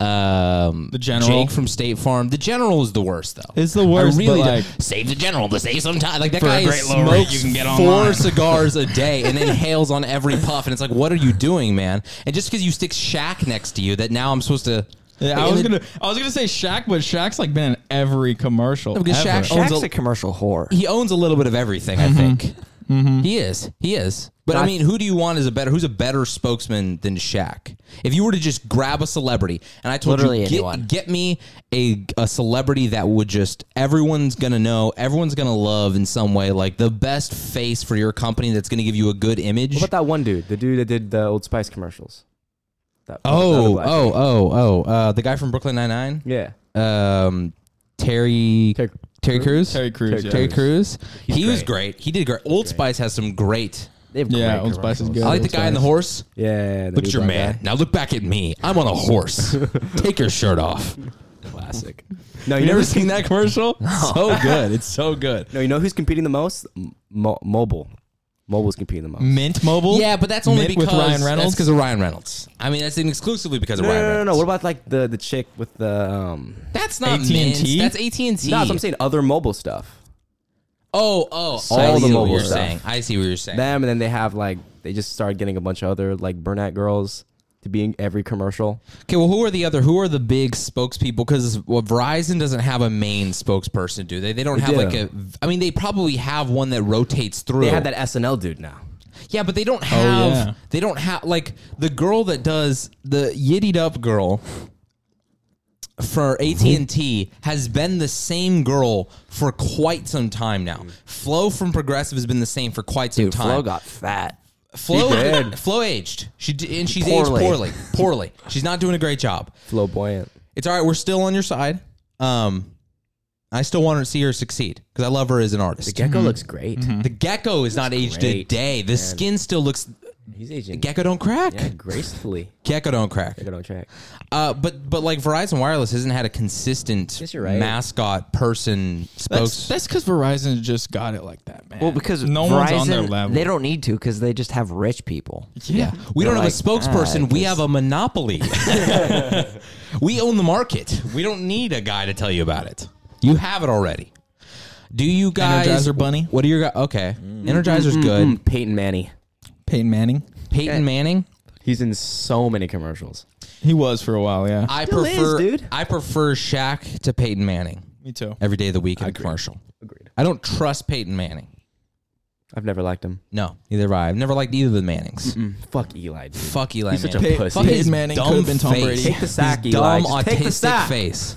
Speaker 2: um,
Speaker 1: The General.
Speaker 2: Jake from State Farm. The general is the worst though.
Speaker 1: It's the worst,
Speaker 2: I really
Speaker 1: but,
Speaker 2: do-
Speaker 1: like-
Speaker 2: save the general to save some time. Like that
Speaker 1: For a
Speaker 2: guy
Speaker 1: great low
Speaker 2: smokes
Speaker 1: rate, you can get
Speaker 2: four (laughs)
Speaker 1: online.
Speaker 2: cigars a day and then hails on every puff. And it's like, what are you doing, man? And just because you stick Shaq next to you, that now I'm supposed to.
Speaker 1: Yeah, I
Speaker 2: And
Speaker 1: was
Speaker 2: then-
Speaker 1: gonna I was gonna say Shaq, but Shaq's like been in every commercial.
Speaker 2: because
Speaker 1: ever.
Speaker 2: Shaq-
Speaker 3: Shaq's
Speaker 2: Owns a-
Speaker 3: a commercial whore.
Speaker 2: he owns a little bit of everything. I think he is. He is. But I mean, who do you want as a better? Who's a better spokesman than Shaq? If you were to just grab a celebrity, and I told
Speaker 3: Literally
Speaker 2: you,
Speaker 3: anyone.
Speaker 2: get, get me a a celebrity that would just everyone's gonna know, everyone's gonna love in some way, like the best face for your company that's gonna give you a good image.
Speaker 4: What about that one dude? The dude that did the Old Spice commercials. That, another
Speaker 2: oh,
Speaker 4: black
Speaker 2: oh, oh, oh, uh, the guy from Brooklyn Nine Nine,
Speaker 4: guy. yeah.
Speaker 2: um, Terry.
Speaker 4: Terry-
Speaker 2: Terry Crews,
Speaker 1: Terry Crews,
Speaker 4: Terry
Speaker 1: yeah.
Speaker 2: Terry Crews. He
Speaker 4: He's
Speaker 2: was great. He did great. Old Spice has some great
Speaker 4: They have
Speaker 1: Yeah,
Speaker 4: great
Speaker 1: Old Spice is
Speaker 4: commercials.
Speaker 1: good.
Speaker 2: I like the
Speaker 1: Old
Speaker 2: guy on the
Speaker 1: Spice.
Speaker 2: horse.
Speaker 4: Yeah, the
Speaker 2: Look
Speaker 4: new
Speaker 2: at your
Speaker 4: black
Speaker 2: man.
Speaker 4: guy.
Speaker 2: Now look back at me. I'm on a
Speaker 4: (laughs)
Speaker 2: horse. Take your shirt off. (laughs)
Speaker 4: Classic. no, you,
Speaker 2: You
Speaker 4: never
Speaker 2: ever
Speaker 4: seen.
Speaker 2: seen that commercial? So good. It's so good.
Speaker 4: No, you know who's competing the most? M- Mo- mobile. Mobile's competing the
Speaker 1: (laughs)
Speaker 4: most.
Speaker 1: Mint Mobile.
Speaker 2: Yeah, but that's only
Speaker 1: Mint
Speaker 2: because
Speaker 1: with Ryan Reynolds.
Speaker 2: because of Ryan Reynolds. I mean, that's exclusively because of
Speaker 4: no, no,
Speaker 2: Ryan
Speaker 4: no, no,
Speaker 2: Reynolds.
Speaker 4: no. What about like the the chick with the um?
Speaker 2: That's not
Speaker 1: AT&T?
Speaker 2: Mint. That's AT and T.
Speaker 4: No, that's what I'm saying other mobile stuff.
Speaker 2: Oh, oh,
Speaker 4: All
Speaker 2: I
Speaker 4: the
Speaker 2: see what
Speaker 4: mobile
Speaker 2: you're
Speaker 4: stuff.
Speaker 2: saying. I see what you're saying.
Speaker 4: Them, and then they have like they just started getting a bunch of other like brunette girls to be in every commercial.
Speaker 2: okay, well, who are the other? Who are the big spokespeople? Because well, Verizon doesn't have a main spokesperson, do they? They don't have
Speaker 4: do.
Speaker 2: like a. I mean, they probably have one that rotates through.
Speaker 4: They have that SNL dude now.
Speaker 2: Yeah, but they don't have.
Speaker 1: yeah.
Speaker 2: They don't have like the girl that does the yiddied up girl for AT and T has been the same girl for quite some time now. Flo from Progressive has been the same for quite some
Speaker 3: Dude, Flo
Speaker 2: time.
Speaker 3: got fat.
Speaker 2: Flo,
Speaker 4: She did.
Speaker 2: Flo aged. She d- and she's
Speaker 3: Poorly.
Speaker 2: aged poorly. Poorly. She's not doing a great job.
Speaker 4: Flowboyant.
Speaker 2: It's all right. We're still on your side. Um, I still want to see her succeed because I love her as an artist.
Speaker 4: Gecko looks great.
Speaker 2: The gecko is not aged a
Speaker 4: great,
Speaker 2: day. The skin still looks.
Speaker 4: He's aging
Speaker 2: Gecko don't crack.
Speaker 4: yeah, gracefully.
Speaker 2: Gecko don't crack.
Speaker 4: Gecko on track.
Speaker 2: Uh, but but like Verizon Wireless hasn't had a consistent
Speaker 4: Yes, you're right.
Speaker 2: mascot person
Speaker 1: That's
Speaker 2: spokes.
Speaker 1: that's because Verizon just got it like that, man.
Speaker 3: Well, because
Speaker 1: no
Speaker 3: Verizon,
Speaker 1: one's on their level.
Speaker 3: they don't need to because they just have rich people.
Speaker 2: yeah, we don't have
Speaker 3: like,
Speaker 2: a spokesperson.
Speaker 3: ah, I
Speaker 2: we
Speaker 3: guess-
Speaker 2: have a monopoly. we own the market. We don't need a guy to tell you about it. You have it already. Do you guys?
Speaker 1: Energizer Bunny.
Speaker 2: What are your gu- okay? Energizer's good.
Speaker 4: Mm, Peyton Manny.
Speaker 1: Peyton Manning.
Speaker 2: Peyton Manning.
Speaker 4: He's in so many commercials.
Speaker 1: He was for a while, yeah.
Speaker 2: I
Speaker 4: Still is,
Speaker 2: prefer.
Speaker 4: dude.
Speaker 2: I prefer Shaq to Peyton Manning
Speaker 1: Me too.
Speaker 2: every day of the week in a commercial.
Speaker 4: Agreed.
Speaker 2: I don't trust Peyton Manning.
Speaker 4: I've never liked him.
Speaker 2: No, neither have I. I've never liked either of the Mannings.
Speaker 4: Fuck Eli, dude.
Speaker 2: Fuck Eli
Speaker 4: He's such
Speaker 2: Manning.
Speaker 4: a pussy.
Speaker 2: Fuck his
Speaker 1: Peyton Manning
Speaker 2: dumb
Speaker 1: could've been Tom
Speaker 2: face.
Speaker 1: Brady.
Speaker 4: Take the sack,
Speaker 2: His
Speaker 4: Eli.
Speaker 2: dumb
Speaker 4: Just take the
Speaker 2: autistic
Speaker 4: sack.
Speaker 2: face.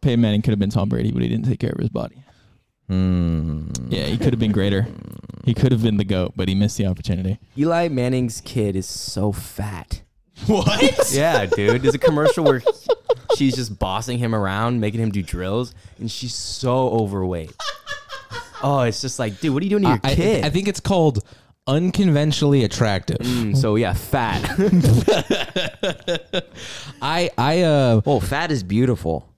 Speaker 1: Peyton Manning could have been Tom Brady, but he didn't take care of his body.
Speaker 2: Hmm.
Speaker 1: Yeah, he could have been greater. He could have been the goat, but he missed the opportunity.
Speaker 4: Eli Manning's kid is so fat.
Speaker 1: What?
Speaker 4: (laughs) Yeah, dude. There's a commercial where she's just bossing him around, making him do drills, and she's so overweight. Oh, it's just like, dude, what are you doing to your
Speaker 2: I,
Speaker 4: kid?
Speaker 2: I think it's called unconventionally attractive.
Speaker 4: Mm, so yeah, fat.
Speaker 2: I I uh
Speaker 3: Oh, fat is beautiful.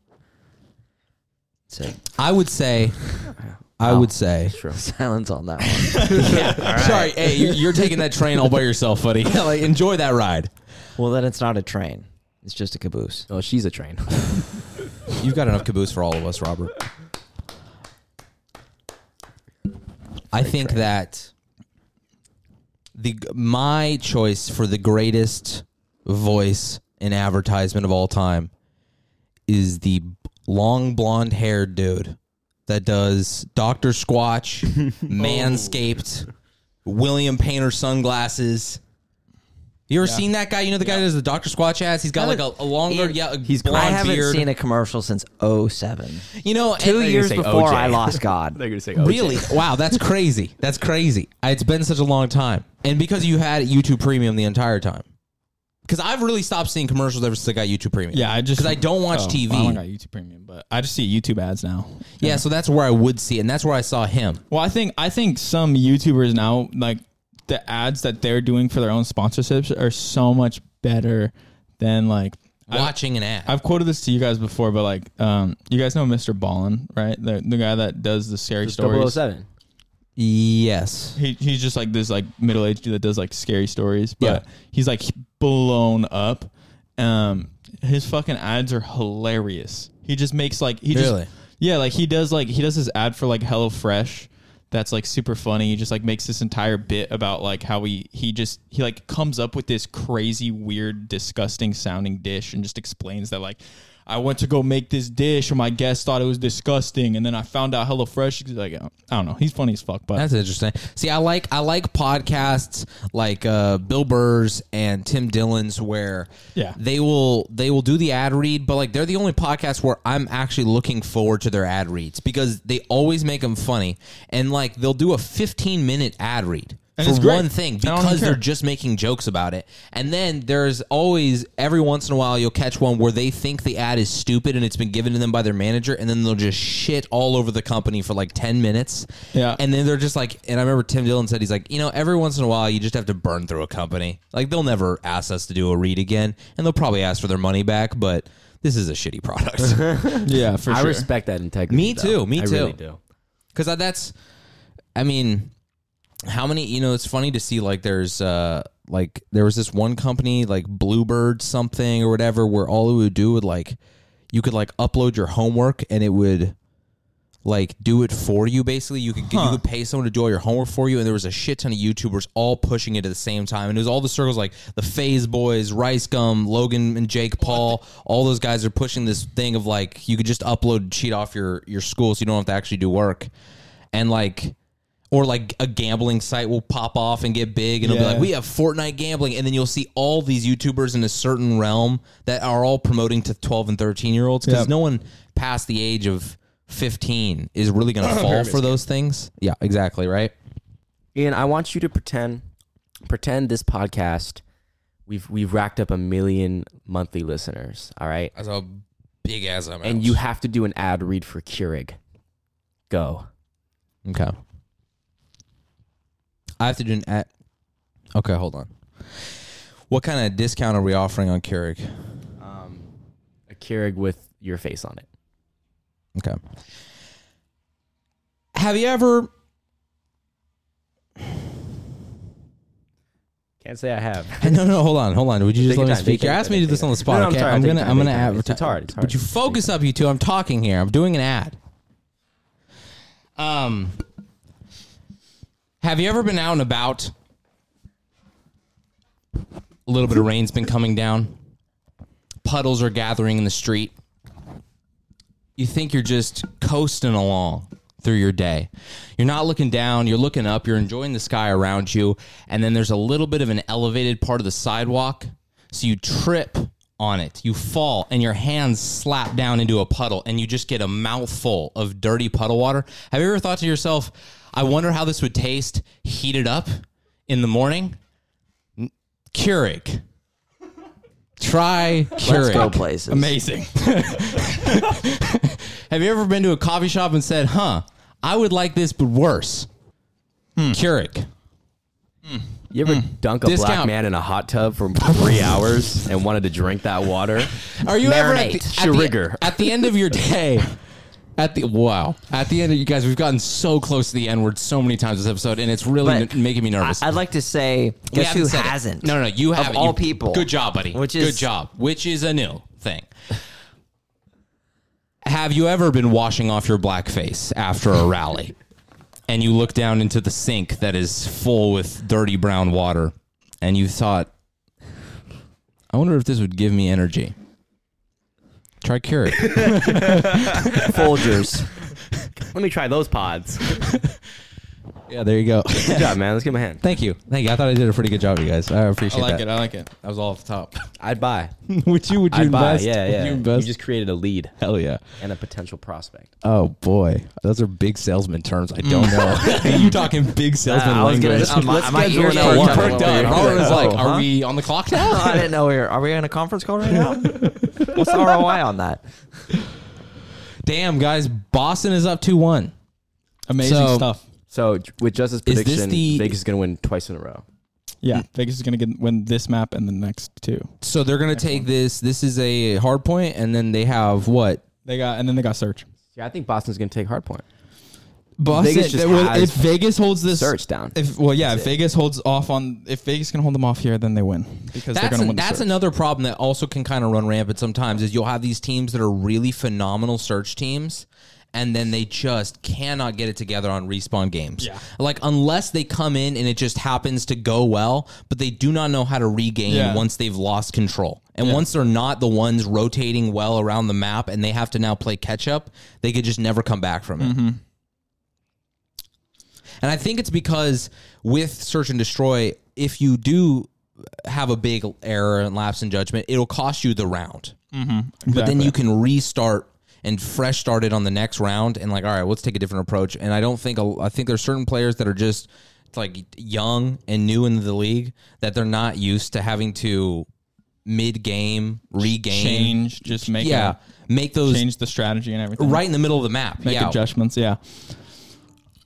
Speaker 3: So,
Speaker 2: I would say I would say
Speaker 3: (laughs) silence on that one.
Speaker 2: Sorry, hey, you're, you're taking that train all by yourself, buddy. (laughs) like, enjoy that ride.
Speaker 3: well, then it's not a train. It's just a caboose.
Speaker 4: oh, she's a train.
Speaker 2: You've got enough caboose for all of us, Robert. I think that the my choice for the greatest voice in advertisement of all time is the long blonde haired dude that does Doctor
Speaker 3: (laughs)
Speaker 2: Squatch,
Speaker 3: Oh.
Speaker 2: Manscaped, William Painter sunglasses. You ever seen that guy? You know the guy that does the Doctor Squatch ads. He's got like a, a longer, yeah, he's blonde
Speaker 3: I haven't
Speaker 2: beard.
Speaker 3: seen a commercial since 07.
Speaker 2: You know, and-
Speaker 3: Two years
Speaker 4: say
Speaker 3: before
Speaker 4: OJ.
Speaker 3: I lost God.
Speaker 2: (laughs)
Speaker 4: They're gonna say,
Speaker 2: Really? Wow, that's crazy. That's crazy. It's been such a long time, and because you had YouTube Premium the entire time. Because I've really stopped seeing commercials ever since I got YouTube Premium.
Speaker 1: Yeah, I just
Speaker 2: because I don't watch
Speaker 1: Oh,
Speaker 2: TV.
Speaker 1: I don't got YouTube Premium, but I just see YouTube ads now.
Speaker 2: yeah, so that's where I would see, it, and that's where I saw him.
Speaker 1: Well, I think I think some YouTubers now like the ads that they're doing for their own sponsorships are so much better than like I,
Speaker 2: Watching an ad.
Speaker 1: I've quoted this to you guys before, but like um, you guys know Mr. Ballin, right? The the guy that does the scary stories.
Speaker 4: 007.
Speaker 2: yes.
Speaker 1: He, he's just like this like middle aged dude that does like scary stories, but he's like blown up. Um, his fucking ads are hilarious. He just makes like he
Speaker 2: Really?
Speaker 1: just yeah like he does like he does his ad for like Hello Fresh that's like super funny. He just like makes this entire bit about like how he he just he like comes up with this crazy weird disgusting sounding dish and just explains that like. I went to go make this dish, and my guest thought it was disgusting. And then I found out HelloFresh. He's like, I don't know. He's funny as fuck, but
Speaker 2: That's interesting. See, I like I like podcasts like uh, Bill Burr's and Tim Dillon's where
Speaker 1: Yeah.
Speaker 2: they will they will do the ad read, but like they're the only podcast where I'm actually looking forward to their ad reads because they always make them funny and like they'll do a 15 minute ad read.
Speaker 1: And
Speaker 2: for
Speaker 1: it's great.
Speaker 2: one thing,
Speaker 1: I don't even
Speaker 2: because they're
Speaker 1: care.
Speaker 2: just making jokes about it. And then there's always, every once in a while, you'll catch one where they think the ad is stupid and it's been given to them by their manager, and then they'll just shit all over the company for like 10 minutes.
Speaker 1: Yeah.
Speaker 2: And then they're just like, and I remember Tim Dillon said, he's like, you know, every once in a while, you just have to burn through a company. Like, they'll never ask us to do a read again, and they'll probably ask for their money back, but this is a shitty product. (laughs)
Speaker 1: Yeah, for
Speaker 4: I
Speaker 1: sure.
Speaker 4: respect that integrity.
Speaker 2: Me
Speaker 4: though.
Speaker 2: too, me
Speaker 4: I really
Speaker 2: too.
Speaker 4: do.
Speaker 2: Because that's, I mean, how many, you know, it's funny to see like there's, uh, like there was this one company like Bluebird something or whatever where all it would do would like you could like upload your homework and it would like do it for you basically you could you could pay someone to do all your homework for you and there was a shit ton of YouTubers all pushing it at the same time and it was all the circles like the Phase Boys, Rice Gum, Logan and Jake Paul, all those guys are pushing this thing of like you could just upload and cheat off your your school so you don't have to actually do work. And like or like a gambling site will pop off and get big and it'll be
Speaker 1: Yeah.
Speaker 2: like we have Fortnite gambling and then you'll see all these YouTubers in a certain realm that are all promoting to 12 and 13 year olds cuz
Speaker 1: Yep.
Speaker 2: no one past the age of 15 is really (clears throat) going to fall for those things. Yeah, exactly, right?
Speaker 4: Ian, I want you to pretend pretend this podcast we've we've racked up a million monthly listeners, all right?
Speaker 2: As a big ass amount.
Speaker 4: And you have to do an ad read for Keurig. Go.
Speaker 2: Okay. I have to do an ad. Okay, hold on. What kind of discount are we offering on Keurig?
Speaker 4: Um, a Keurig with your face on it.
Speaker 2: Okay. Have you ever
Speaker 4: Can't say I have.
Speaker 2: Hey, (laughs) no, no, hold on, hold on. Would you just
Speaker 4: Take
Speaker 2: let
Speaker 4: your
Speaker 2: me
Speaker 4: time,
Speaker 2: speak?
Speaker 4: take your
Speaker 2: You're
Speaker 4: time,
Speaker 2: asking me to
Speaker 4: take
Speaker 2: do this
Speaker 4: your
Speaker 2: on the
Speaker 4: time.
Speaker 2: spot.
Speaker 4: No, no, I'm
Speaker 2: okay,
Speaker 4: sorry,
Speaker 2: I'm
Speaker 4: take your
Speaker 2: gonna,
Speaker 4: time,
Speaker 2: I'm gonna
Speaker 4: take your time.
Speaker 2: advertise.
Speaker 4: It's- it's hard, it's hard.
Speaker 2: Would you focus up, you two? I'm talking here. I'm doing an ad. Um, have you ever been out and about? A little bit of rain's been coming down. Puddles are gathering in the street. You think you're just coasting along through your day. You're not looking down, you're looking up, you're enjoying the sky around you, and then there's a little bit of an elevated part of the sidewalk. So you trip on it. You fall and your hands slap down into a puddle and you just get a mouthful of dirty puddle water. Have you ever thought to yourself, I wonder how this would taste heated up in the morning? N- Keurig. Try Keurig.
Speaker 3: Let's go
Speaker 2: (laughs)
Speaker 3: places.
Speaker 1: Amazing.
Speaker 2: Have you ever been to a coffee shop and said, huh, I would like this, but worse?
Speaker 3: Hmm.
Speaker 2: Keurig.
Speaker 4: You ever dunk a black
Speaker 2: Hmm. Discount.
Speaker 4: man in a hot tub for three hours and wanted to drink that
Speaker 2: (laughs)
Speaker 4: water?
Speaker 2: Are you ever at the,
Speaker 3: Marinate.
Speaker 2: at,
Speaker 4: Schwigger.
Speaker 2: the, (laughs) at the end of your day? At the wow, at the end of you guys, we've gotten so close to the N word so many times this episode, and it's really
Speaker 3: But
Speaker 2: n- making me
Speaker 3: I,
Speaker 2: nervous.
Speaker 3: would like to say,
Speaker 2: We
Speaker 3: guess who
Speaker 2: haven't said it.
Speaker 3: hasn't?
Speaker 2: No, no, no,
Speaker 3: (laughs)
Speaker 2: you have
Speaker 3: of all people.
Speaker 2: Good job, buddy. Which
Speaker 3: Which is-
Speaker 2: is good job. Which is a new thing. have you ever been washing off your blackface after a rally, and you look down into the sink that is full with dirty brown water, and you thought, "I wonder if this would give me energy." Try Keurig.
Speaker 3: Folgers.
Speaker 4: Let me try those pods.
Speaker 2: (laughs) Yeah, there you go.
Speaker 4: Good job, man. Let's give him a hand.
Speaker 2: (laughs) Thank you. Thank you. I thought I did a pretty good job, you guys. I appreciate that.
Speaker 1: I like it.
Speaker 2: That was all off the top.
Speaker 4: I'd buy.
Speaker 2: would you (laughs) would you
Speaker 4: I'd buy.
Speaker 2: invest?
Speaker 4: Yeah,
Speaker 2: Would
Speaker 4: yeah.
Speaker 2: you
Speaker 4: You,
Speaker 2: invest?
Speaker 4: just created a lead
Speaker 2: Hell yeah.
Speaker 4: and a potential prospect.
Speaker 2: Oh boy. Those are big salesman terms. I don't (laughs) know. Mm. you talking big salesman
Speaker 3: I was gonna-
Speaker 2: language.
Speaker 3: I'm- I'm- my ears
Speaker 2: You
Speaker 3: perked up a
Speaker 2: perked
Speaker 3: little bit.
Speaker 2: up. Robert was
Speaker 3: Oh,
Speaker 2: like,
Speaker 3: (laughs) huh?
Speaker 2: are we on the clock
Speaker 3: No,
Speaker 2: now?
Speaker 3: Oh, I didn't know we were. Are we on a conference call
Speaker 2: (laughs)
Speaker 3: right now? What's the ROI on that?
Speaker 2: Damn, guys. Boston is up 2-1.
Speaker 1: Amazing
Speaker 2: So-
Speaker 1: stuff.
Speaker 4: So j- with Justice's
Speaker 2: Is this
Speaker 4: prediction,
Speaker 2: the-
Speaker 4: Vegas is going to win twice in a row.
Speaker 1: Yeah, Vegas is gonna get win this map and the next two.
Speaker 2: So they're going to take this. This is a hard point, and then they have what?
Speaker 1: They got and then they got search.
Speaker 4: Yeah, I think Boston's going to take hard point.
Speaker 1: Boston.
Speaker 4: Vegas just
Speaker 1: they- well,
Speaker 4: has
Speaker 1: if Vegas holds this
Speaker 4: Search down.
Speaker 1: if well, yeah, if Vegas holds off on if Vegas can hold them off here, then they win because they're
Speaker 2: That's,
Speaker 1: gonna
Speaker 2: an-
Speaker 1: win. the
Speaker 2: that's
Speaker 1: search.
Speaker 2: another problem that also can kind of run rampant sometimes is you'll have these teams that are really phenomenal search teams and then they just cannot get it together on respawn games.
Speaker 1: Yeah.
Speaker 2: Like unless they come in and it just happens to go well, but they do not know how to regain
Speaker 1: Yeah.
Speaker 2: once they've lost control. And once they're not the ones rotating well around the map and they have to now play catch up, they could just never come back from it.
Speaker 1: Mm-hmm.
Speaker 2: And I think it's because with search and destroy, if you do have a big error and lapse in judgment, it'll cost you the round. But then you can restart and fresh start it on the next round and like, all right, let's take a different approach. And I don't think I think there's certain players that are just like young and new in the league that they're not used to having to mid game regain.
Speaker 1: change, just make
Speaker 2: Yeah, make those
Speaker 1: it, change the strategy and everything.
Speaker 2: right in the middle of the map.
Speaker 1: make
Speaker 2: yeah,
Speaker 1: adjustments. Yeah.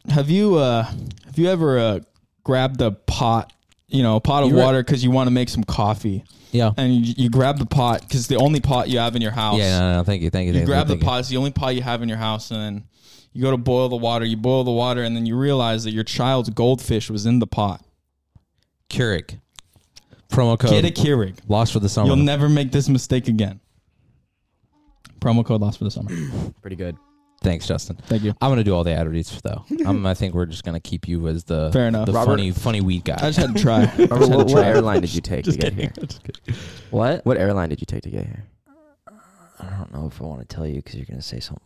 Speaker 1: Have you uh have you ever uh grabbed a pot, you know, a pot of
Speaker 2: You were-
Speaker 1: water because you want to make some coffee?
Speaker 2: Yeah.
Speaker 1: And you, you grab the pot because the only pot you have in your house.
Speaker 2: yeah. No, no, thank you, thank you.
Speaker 1: You grab the pot. It's the only pot you have in your house, and then you go to boil the water. You boil the water, and then you realize that your child's goldfish was in the pot.
Speaker 2: Keurig promo code.
Speaker 1: Get a Keurig.
Speaker 2: Lost for the summer.
Speaker 1: You'll never make this mistake again. Promo code lost for the
Speaker 2: (clears throat)
Speaker 1: summer.
Speaker 4: Pretty good.
Speaker 2: Thanks, Justin.
Speaker 1: Thank you.
Speaker 2: I'm gonna do all the ad reads
Speaker 1: (laughs)
Speaker 2: though. i think we're just gonna keep you as the
Speaker 1: Fair enough.
Speaker 2: the
Speaker 1: Robert-
Speaker 2: funny funny weed guy.
Speaker 1: I just had to
Speaker 2: (laughs)
Speaker 1: try.
Speaker 4: Robert, what, what airline did you take to get here?
Speaker 3: What?
Speaker 4: What airline did you take to get here?
Speaker 3: I don't know if I want to tell you because you're gonna say something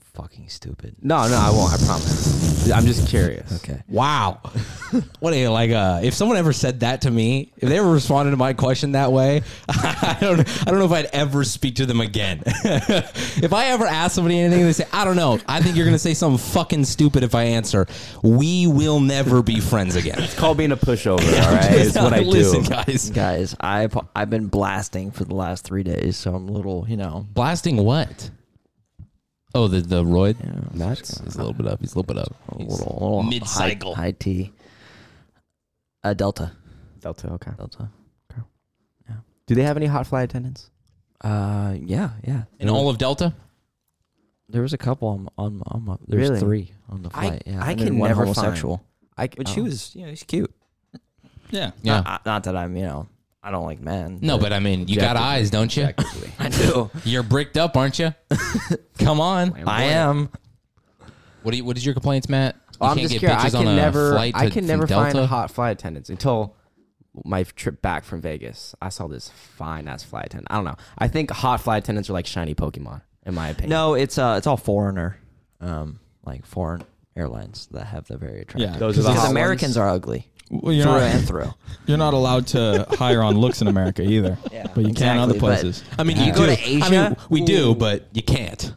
Speaker 2: (laughs)
Speaker 3: fucking stupid.
Speaker 4: No, no, I won't. I promise. I'm just curious.
Speaker 3: Okay.
Speaker 2: wow, (laughs) what a like uh, if someone ever said that to me, if they ever responded to my question that way, (laughs) I don't I don't know if I'd ever speak to them again. (laughs) if I ever ask somebody anything, they say I don't know. I think you're gonna say something fucking stupid if I answer. We will never be friends again.
Speaker 4: It's called being a (laughs) pushover. All right, it's
Speaker 2: (laughs)
Speaker 4: what I do.
Speaker 2: Listen, guys.
Speaker 3: Guys, I've I've been blasting for the last three days, so I'm a little, you know.
Speaker 2: Blasting what? Oh, the the roid.
Speaker 4: Nuts.
Speaker 2: He's a little bit up. He's a little bit up.
Speaker 3: a little, a little
Speaker 2: mid-cycle.
Speaker 3: High, high tea. Uh, Delta.
Speaker 4: Delta. Okay.
Speaker 3: Delta.
Speaker 4: Do they have any hot flight attendants?
Speaker 3: Uh, yeah, yeah.
Speaker 2: In all of Delta.
Speaker 3: There was a couple on on, on my, there's
Speaker 4: Really?
Speaker 3: three on the
Speaker 4: I-
Speaker 3: flight. yeah,
Speaker 4: I
Speaker 3: and then
Speaker 4: can
Speaker 3: one
Speaker 4: never find-
Speaker 3: homosexual.
Speaker 4: I
Speaker 3: But she
Speaker 4: oh.
Speaker 3: was, you know, she's cute.
Speaker 1: Yeah.
Speaker 2: Yeah.
Speaker 3: Not, not that I'm, you know, I don't like men.
Speaker 2: No, but I mean, you got eyes, don't you?
Speaker 4: (laughs)
Speaker 3: I do.
Speaker 2: (laughs) You're bricked up, aren't (laughs) you? Come on.
Speaker 3: (laughs) I am.
Speaker 2: What do you, what is your complaints, Matt? You
Speaker 4: Oh, I'm
Speaker 2: can't
Speaker 4: just
Speaker 2: get
Speaker 4: curious. I
Speaker 2: bitches on
Speaker 4: can
Speaker 2: a
Speaker 4: never.
Speaker 2: flight
Speaker 4: I
Speaker 2: to-
Speaker 4: can
Speaker 2: from
Speaker 4: never
Speaker 2: Delta?
Speaker 4: find hot flight attendants until my trip back from Vegas. I saw this fine ass flight attendant. I don't know. I think hot flight attendants are like shiny Pokemon, in my opinion.
Speaker 3: No, it's uh, it's all foreigner, um, like foreign airlines that have the very attractive.
Speaker 1: Yeah.
Speaker 4: Those are the
Speaker 3: because
Speaker 4: hot
Speaker 3: Americans are ugly.
Speaker 1: Well, you're,
Speaker 3: through and
Speaker 1: not,
Speaker 3: through.
Speaker 1: you're not allowed
Speaker 2: (laughs)
Speaker 1: to hire on looks in America either.
Speaker 3: Yeah.
Speaker 1: but you can other
Speaker 3: Exactly, but-
Speaker 1: places.
Speaker 2: I mean,
Speaker 3: You
Speaker 2: you
Speaker 3: go
Speaker 2: do.
Speaker 3: to Asia?
Speaker 2: I mean, we do,
Speaker 3: Ooh.
Speaker 2: but you can't.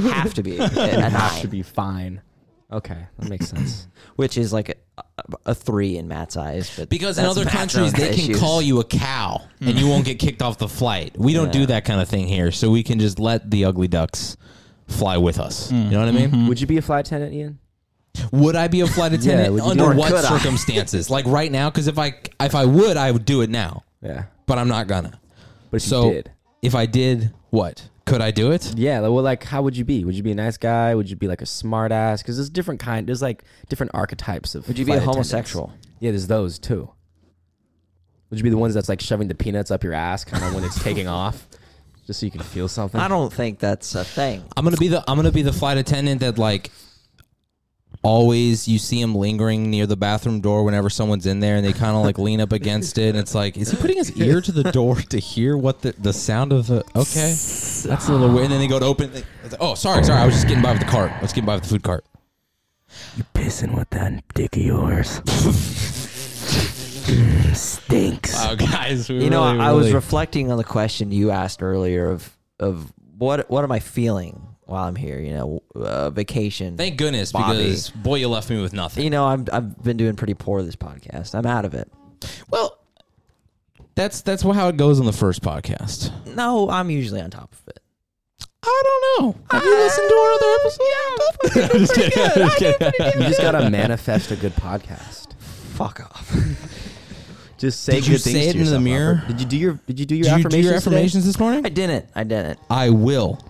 Speaker 3: Have to be a, a nine,
Speaker 4: Should be fine. Okay, that
Speaker 2: (coughs)
Speaker 4: makes sense.
Speaker 3: which is like a, a three in Matt's eyes. But
Speaker 2: Because in
Speaker 3: that's
Speaker 2: other
Speaker 3: Matt's
Speaker 2: countries,
Speaker 3: own
Speaker 2: they can
Speaker 3: issues.
Speaker 2: call you a cow and you won't (laughs) get kicked off the flight. We don't do
Speaker 3: Yeah.
Speaker 2: that kind of thing here, so we can just let the ugly ducks fly with us. You know what I mean?
Speaker 4: Would you be a flight attendant, Ian?
Speaker 2: Would I be a
Speaker 4: (laughs)
Speaker 2: flight attendant
Speaker 4: would you
Speaker 2: under
Speaker 4: do it?
Speaker 2: what
Speaker 3: Could I?
Speaker 2: circumstances? like right now, because if I if I would, I would do it now,
Speaker 4: Yeah,
Speaker 2: but I'm not gonna.
Speaker 4: but if
Speaker 2: So
Speaker 4: you did,
Speaker 2: if I did, what could I do it?
Speaker 4: yeah. Well, like, how would you be? Would you be a nice guy? Would you be like a smart ass? Because there's different kind. There's like different archetypes of.
Speaker 3: Would you be
Speaker 4: flight
Speaker 3: a
Speaker 4: attendants.
Speaker 3: homosexual?
Speaker 4: Yeah, there's those too. Would you be the ones that's like shoving the peanuts up your ass, kind of when it's
Speaker 3: (laughs)
Speaker 4: taking off, just so you can feel something?
Speaker 3: I don't think that's a thing.
Speaker 2: I'm gonna be the I'm gonna be the flight attendant that like always you see him lingering near the bathroom door whenever someone's in there and they kind of like lean up against it and it's like is he putting his ear to the door to hear what the, the sound of the okay that's a little weird and then they go to open they, it's like, oh sorry sorry I was just getting by with the cart I was getting by with the food cart
Speaker 4: pissing with that dick of yours. Stinks.
Speaker 2: oh (laughs) guys
Speaker 3: You know, I, I was reflecting on the question you asked earlier of of what what am I feeling while I'm here? You know, uh, vacation.
Speaker 2: thank goodness
Speaker 3: Bobby.
Speaker 2: because boy you left me with nothing
Speaker 3: you know, I'm I've been doing pretty poor this podcast. I'm out of it.
Speaker 2: well that's that's how it goes on the first podcast
Speaker 3: No, I'm usually on top of it.
Speaker 2: I don't know have you listened to our other (laughs) episodes yeah, I'm just kidding, I'm just kidding.
Speaker 4: You
Speaker 2: (laughs)
Speaker 4: just gotta manifest a good podcast.
Speaker 3: Fuck off.
Speaker 4: Just say
Speaker 2: Did
Speaker 4: good
Speaker 2: you
Speaker 4: things
Speaker 2: say
Speaker 4: to
Speaker 2: it into the
Speaker 4: yourself,
Speaker 2: mirror?
Speaker 4: Robert. Did you do your Did you do your
Speaker 2: Did you
Speaker 4: affirmations?
Speaker 2: do your affirmations this morning?
Speaker 3: I didn't. I didn't.
Speaker 2: I will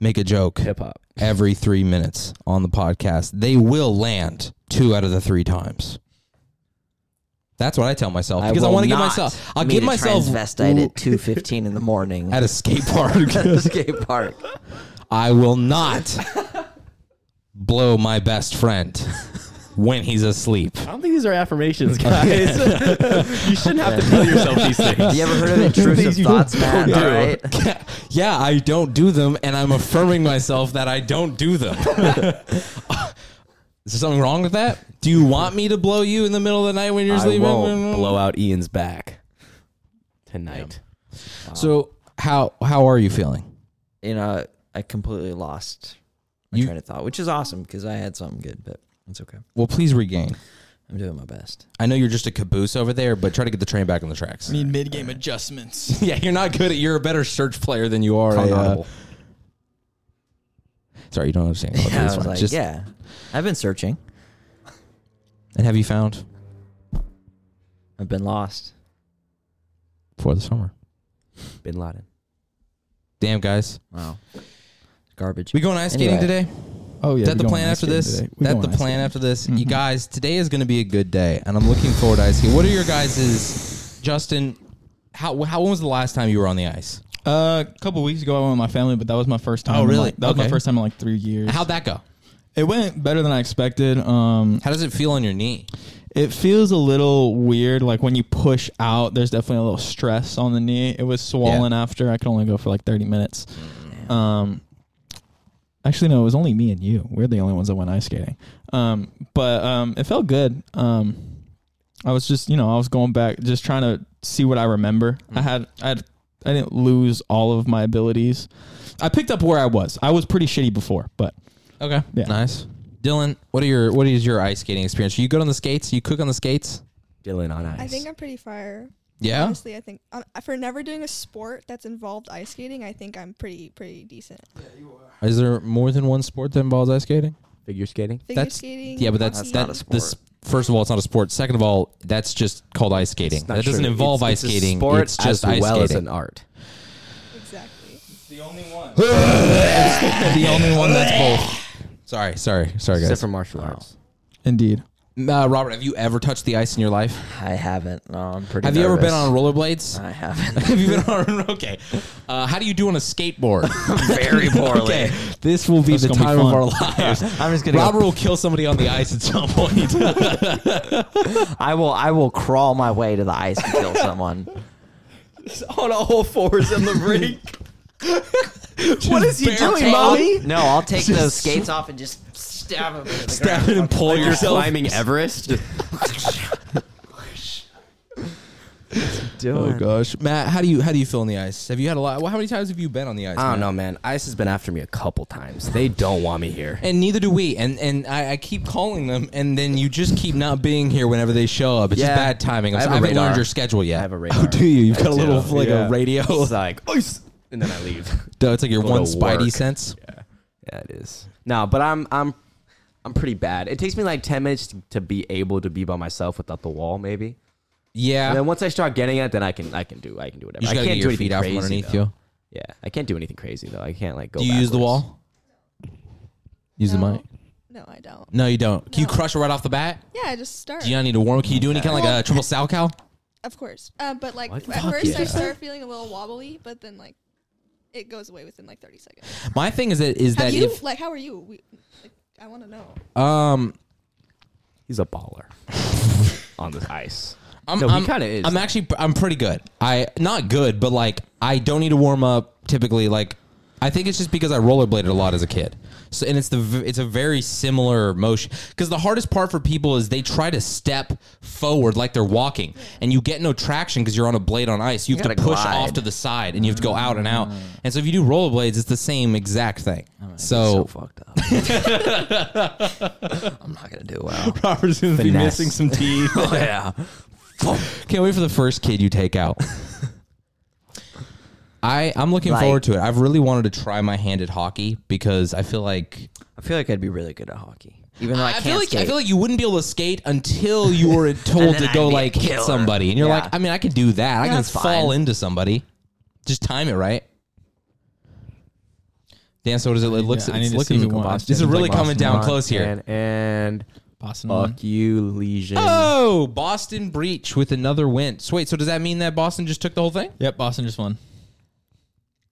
Speaker 2: make a joke
Speaker 4: Hip hop.
Speaker 2: every three minutes on the podcast. They will land two out of the three times. That's what I tell myself because I,
Speaker 3: will
Speaker 2: want to give
Speaker 3: not
Speaker 2: myself. I'll
Speaker 3: meet
Speaker 2: give
Speaker 3: a
Speaker 2: myself
Speaker 3: transvestite
Speaker 2: (laughs)
Speaker 3: at two fifteen in the morning
Speaker 2: at
Speaker 3: (laughs) at
Speaker 2: a skate park.
Speaker 3: the
Speaker 2: (laughs)
Speaker 3: skate park.
Speaker 2: I will not blow my best friend when he's asleep.
Speaker 4: I don't think these are (laughs) affirmations, guys. you shouldn't have to tell yourself (laughs) these things.
Speaker 3: You ever heard of intrusive
Speaker 4: Things you
Speaker 3: thoughts, man?
Speaker 4: don't
Speaker 3: All
Speaker 4: do.
Speaker 3: right.
Speaker 2: yeah, I don't do them, and I'm affirming myself that I don't do
Speaker 3: (laughs)
Speaker 2: them. Is there something wrong with that? Do you want me to blow you in the middle of the night when you're
Speaker 4: I
Speaker 2: sleeping?
Speaker 4: won't blow out Ian's back tonight.
Speaker 2: So how how are you feeling?
Speaker 3: you know, I completely lost my
Speaker 2: You-
Speaker 3: train of thought, which is awesome because I had something good, but it's okay.
Speaker 2: Well, please regain.
Speaker 3: I'm doing
Speaker 2: (laughs)
Speaker 3: my best.
Speaker 2: I know you're just a caboose over there, but try to get the train back on the tracks.
Speaker 1: Need mid game adjustments.
Speaker 2: (laughs) yeah, you're not good at. You're a better search player than you are. a, uh, sorry, you don't understand.
Speaker 3: Yeah, I
Speaker 2: It's
Speaker 3: was
Speaker 2: fine.
Speaker 3: like,
Speaker 2: Just-
Speaker 3: yeah, I've been searching.
Speaker 2: And have you found
Speaker 3: I've been lost.
Speaker 2: for the summer?
Speaker 4: Bin Laden.
Speaker 2: Damn, guys,
Speaker 3: Wow, garbage.
Speaker 2: we going ice skating
Speaker 3: Anyway.
Speaker 2: today?
Speaker 1: Oh yeah.
Speaker 2: Is that the plan after this? That the plan after this?
Speaker 1: Mm-hmm.
Speaker 2: You guys, today is going to be a good day, and I'm looking forward to ice skating. What are your guys' Justin? How how when was the last time you were on the ice?
Speaker 1: Uh, a couple weeks ago, I went with my family, but that was my first time.
Speaker 2: Oh,
Speaker 1: in,
Speaker 2: really?
Speaker 1: like- that was my
Speaker 2: Okay.
Speaker 1: first time in like three years.
Speaker 2: How'd that go?
Speaker 1: it went better than I expected. Um,
Speaker 2: How does it feel on your knee?
Speaker 1: it feels a little weird. Like when you push out, there's definitely a little stress on the knee. It was swollen after. I could only go for like 30 minutes.
Speaker 2: Mm.
Speaker 1: Um, actually, no, it was only me and you. We're the only ones that went ice skating. Um, but um, it felt good. Um, I was just, you know, I was going back, just trying to see what I remember.
Speaker 2: Mm.
Speaker 1: I had, I had, I didn't lose all of my abilities. I picked up where I was. I was pretty shitty before, but
Speaker 2: Okay,
Speaker 1: Yeah.
Speaker 2: nice. Dylan, what are your what is your ice skating experience? You good on the skates? You cook on the skates?
Speaker 4: Dylan on ice.
Speaker 5: I think I'm pretty fire.
Speaker 2: Yeah.
Speaker 5: Honestly, I think uh, for never doing a sport that's involved ice skating, I think I'm pretty pretty decent.
Speaker 2: Is there more than one sport that involves ice skating?
Speaker 4: figure skating.
Speaker 5: Figure
Speaker 2: That's-
Speaker 5: skating.
Speaker 2: Yeah, but that's
Speaker 5: hockey.
Speaker 2: that-
Speaker 3: not a sport.
Speaker 2: this- First of all, it's not a sport. Second of all, that's just called ice skating.
Speaker 4: It's not
Speaker 2: That doesn't
Speaker 4: true.
Speaker 2: involve
Speaker 4: It's-
Speaker 2: ice skating.
Speaker 4: It's, a sport
Speaker 2: it's just
Speaker 4: as
Speaker 2: ice
Speaker 4: well as
Speaker 2: skating.
Speaker 4: an art.
Speaker 5: exactly.
Speaker 1: the only one.
Speaker 2: (laughs) the only one that's both. Sorry, sorry, sorry, guys.
Speaker 4: Except for martial arts.
Speaker 1: Indeed.
Speaker 2: Uh, Robert, have you ever touched the ice in your life?
Speaker 3: I haven't. No, I'm pretty.
Speaker 2: Have you ever been on
Speaker 3: nervous.
Speaker 2: rollerblades?
Speaker 3: I haven't.
Speaker 2: (laughs) have you been on? Okay. Uh, how do you do on a
Speaker 4: (laughs)
Speaker 2: skateboard?
Speaker 3: Very poorly.
Speaker 2: okay, this will be
Speaker 1: That's
Speaker 2: the
Speaker 1: gonna be
Speaker 2: time of
Speaker 1: fun.
Speaker 2: our (laughs) lives.
Speaker 3: (laughs) I'm just gonna.
Speaker 2: Robert
Speaker 3: Go,
Speaker 2: will kill somebody on the ice at some
Speaker 4: (laughs)
Speaker 2: point.
Speaker 3: I will. I will crawl my way to the ice and kill someone.
Speaker 4: On all fours in
Speaker 2: (laughs)
Speaker 4: the rink. what is he
Speaker 3: I'll
Speaker 4: doing,
Speaker 3: take-
Speaker 4: mommy?
Speaker 3: No, I'll take those skates off and just stab him.
Speaker 2: Stab it and pull (laughs)
Speaker 4: You're
Speaker 2: yourself.
Speaker 4: climbing Everest.
Speaker 3: doing?
Speaker 2: Oh gosh, Matt, how do you how do you feel on the ice? Have you had a lot? Well, how many times have you been on the ice?
Speaker 4: I don't
Speaker 2: Matt?
Speaker 4: know, man. ICE has been after me a couple times. They don't want me here.
Speaker 2: And neither do we. And and I, I keep calling them, and then you just keep not being here whenever they show up. It's
Speaker 4: Yeah.
Speaker 2: just bad timing. I'm
Speaker 4: I have
Speaker 2: so- I
Speaker 4: a
Speaker 2: haven't
Speaker 4: radar.
Speaker 2: learned your schedule yet.
Speaker 4: I have a radar.
Speaker 2: Oh, do you? You've got
Speaker 4: I
Speaker 2: a little
Speaker 4: do,
Speaker 2: like
Speaker 4: yeah.
Speaker 2: a radio.
Speaker 4: It's like
Speaker 2: (laughs)
Speaker 4: ice, and then I leave.
Speaker 2: It's like your
Speaker 4: Go to
Speaker 2: one spidey
Speaker 4: work.
Speaker 2: sense.
Speaker 4: Yeah, yeah, it is. No, but I'm I'm I'm pretty bad. It takes me like ten minutes to, to be able to be by myself without the wall, maybe.
Speaker 2: Yeah,
Speaker 4: And then once I start getting it, then I can I can do I can do whatever.
Speaker 2: you just
Speaker 4: I
Speaker 2: gotta
Speaker 4: can't
Speaker 2: get your
Speaker 4: do anything
Speaker 2: feet out from
Speaker 4: crazy,
Speaker 2: underneath
Speaker 4: though.
Speaker 2: you.
Speaker 4: Yeah, I can't do anything crazy though. I can't like go.
Speaker 2: Do you use the
Speaker 4: backwards.
Speaker 2: wall? Use the
Speaker 5: No.
Speaker 2: mic.
Speaker 5: No, I don't.
Speaker 2: No, you don't. Can you
Speaker 5: No.
Speaker 2: crush it right off the bat?
Speaker 5: Yeah, I just start.
Speaker 2: Do you not need to warm? Can you do any kind of like
Speaker 5: Well-
Speaker 2: a triple sow cow?
Speaker 5: Of course. Uh, but like
Speaker 4: What?
Speaker 5: at
Speaker 4: Fuck
Speaker 5: first I
Speaker 4: yeah.
Speaker 5: start feeling a little wobbly, but then like it goes away within like 30 seconds.
Speaker 2: My thing is that is
Speaker 5: Have
Speaker 2: that
Speaker 5: you
Speaker 2: if
Speaker 5: like how are you? We, like, I want to know.
Speaker 2: um
Speaker 4: He's
Speaker 2: (laughs)
Speaker 4: a baller on this ice.
Speaker 2: I'm,
Speaker 4: No, he
Speaker 2: I'm,
Speaker 4: kinda is,
Speaker 2: I'm
Speaker 4: though.
Speaker 2: actually I'm pretty good. I not good, but like I don't need to warm up typically. Like I think it's just because I rollerbladed a lot as a kid. So and it's the v- it's a very similar motion because the hardest part for people is they try to step forward like they're walking and you get no traction because you're on a blade on ice. You have to
Speaker 3: gotta
Speaker 2: push
Speaker 3: glide.
Speaker 2: off to the side and you have to go out and out. And so if you do rollerblades, it's the same exact thing. So,
Speaker 3: fucked up. (laughs) I'm not gonna do well.
Speaker 2: Robert's gonna be
Speaker 4: Finesse.
Speaker 2: missing some teeth.
Speaker 3: Oh yeah.
Speaker 2: Can't wait for the first kid you take (laughs) out. I I'm looking
Speaker 3: Like-
Speaker 2: forward to it. I've really wanted to try my hand at hockey because I feel like
Speaker 3: I feel like I'd be really good at hockey, even though I, can't
Speaker 2: feel like
Speaker 3: skate.
Speaker 2: I feel like you wouldn't be able to skate until (laughs) you were told
Speaker 3: then
Speaker 2: to go
Speaker 3: I'd be a
Speaker 2: like hit
Speaker 3: killer.
Speaker 2: somebody, and you're
Speaker 3: Yeah.
Speaker 2: like, I mean, I can do that. I
Speaker 3: Yeah,
Speaker 2: can
Speaker 3: that's
Speaker 2: fall
Speaker 3: fine.
Speaker 2: into somebody. Just time it right. Dan, so does it, it looks?
Speaker 1: to- I
Speaker 2: it's
Speaker 1: need to
Speaker 2: looking.
Speaker 1: see who won.
Speaker 2: this is
Speaker 1: It's
Speaker 2: really
Speaker 1: like
Speaker 2: coming
Speaker 1: Boston
Speaker 2: down
Speaker 1: won.
Speaker 2: close here. Mm-hmm.
Speaker 4: And, and
Speaker 1: Boston won.
Speaker 4: fuck you, Legion.
Speaker 2: Oh, Boston breach with another win. So wait, so does that mean that Boston just took the whole thing?
Speaker 1: Yep, Boston just won.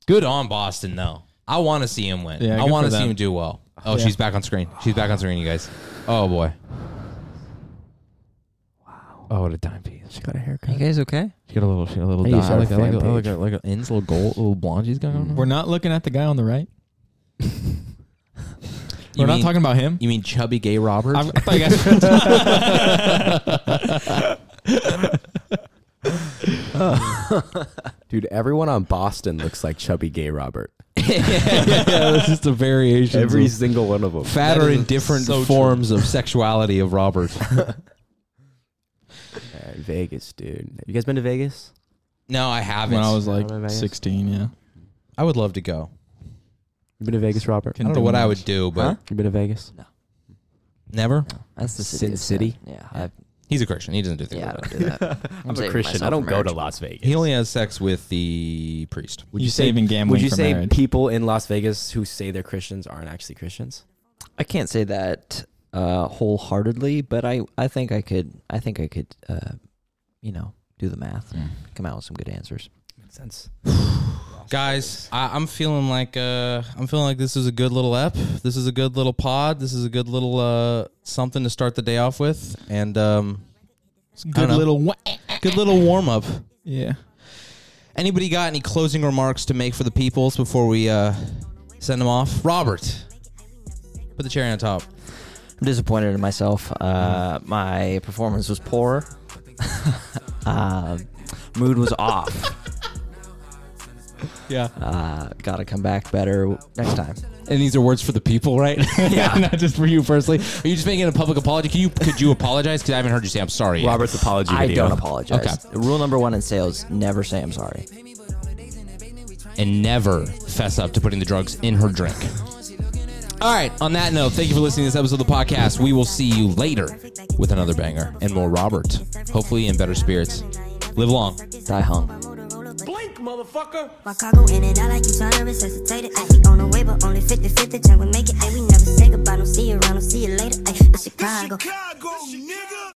Speaker 2: Good on Boston, though. I want to see him win.
Speaker 1: Yeah,
Speaker 2: I
Speaker 1: good
Speaker 2: want to
Speaker 1: for
Speaker 2: see
Speaker 1: them.
Speaker 2: him do
Speaker 1: (sighs)
Speaker 2: well. Oh,
Speaker 1: Yeah.
Speaker 2: she's back on screen. She's back on screen, you guys. Oh boy. Wow. Oh, what a dime piece.
Speaker 4: She got a
Speaker 3: you
Speaker 4: haircut.
Speaker 3: guys okay?
Speaker 2: She got a little, she got a little
Speaker 4: Hey, you saw our fan page.
Speaker 2: like a ends, little gold, little blonde she's got going on.
Speaker 1: We're not looking at the guy on the right.
Speaker 2: You
Speaker 1: We're not
Speaker 2: mean-
Speaker 1: talking about (laughs) him.
Speaker 2: You mean chubby gay Robert?
Speaker 1: I, I thought you (laughs) guys were
Speaker 2: (laughs)
Speaker 4: Dude, everyone on Boston looks like chubby gay Robert.
Speaker 2: it's just a variation.
Speaker 4: (laughs) Every single one of them.
Speaker 2: fatter
Speaker 1: That is
Speaker 2: in different
Speaker 1: so true. (laughs)
Speaker 2: forms of sexuality of Robert.
Speaker 4: Alright, Vegas, dude. Have you guys been to Vegas?
Speaker 2: no, I haven't.
Speaker 1: when I was
Speaker 4: Out of
Speaker 1: like
Speaker 4: Vegas.
Speaker 1: 16. Yeah,
Speaker 2: I would love to go.
Speaker 4: You been to Vegas, Robert?
Speaker 2: I don't know what I would do, but
Speaker 3: Huh?
Speaker 4: You been to Vegas?
Speaker 2: never.
Speaker 3: (laughs) That's the
Speaker 4: Sin
Speaker 3: city. of
Speaker 4: City?
Speaker 3: sin. Yeah, I,
Speaker 2: He's a Christian. He doesn't do things
Speaker 3: yeah, I
Speaker 2: like that.
Speaker 3: don't do
Speaker 4: (laughs)
Speaker 3: that. I'm, saving myself for marriage.
Speaker 4: Las Vegas.
Speaker 2: He only has sex with the priest.
Speaker 1: you saving gambling
Speaker 4: Would you
Speaker 1: for
Speaker 4: say
Speaker 1: marriage.
Speaker 4: people in Las Vegas who say they're Christians aren't actually Christians?
Speaker 3: I can't say that uh, wholeheartedly, but I, I think I could I think I could uh, you know do the math and come out with some good answers.
Speaker 4: Makes sense.
Speaker 2: Guys, I, I'm feeling like uh, I'm feeling like this is a good little ep. This is a good little pod. This is a good little uh, something to start the day off with, and um,
Speaker 1: good
Speaker 2: know.
Speaker 1: little. Wha-
Speaker 2: good little warm up.
Speaker 1: yeah,
Speaker 2: Anybody got any closing remarks to make for the peoples before we uh, send them off? Robert, put the cherry on top.
Speaker 3: I'm disappointed in myself. Uh, my performance was poor. (laughs) uh, mood was off.
Speaker 1: yeah.
Speaker 3: Uh, gotta come back better next time.
Speaker 2: And these are words for the people, right?
Speaker 3: Yeah.
Speaker 2: (laughs) not just for you personally. Are you just making a public apology? Can you could you apologize? Because I haven't heard you say I'm sorry. Yet.
Speaker 4: Robert's apology
Speaker 3: I
Speaker 4: video.
Speaker 3: don't apologize. Rule number one in sales: never say I'm sorry.
Speaker 2: and never fess up to putting the drugs in her drink. All right, on that note, thank you for listening to this episode of the podcast. We will see you later with another banger and more Robert, hopefully in better spirits. Live long.
Speaker 3: Die hung.
Speaker 6: My car go in and out like you trying to resuscitate it. I think on the way, but only 50 50 chance we make it. Ay, we never say goodbye. Don't see you around, don't see you later. Ay, it's Chicago.
Speaker 7: Chicago, nigga.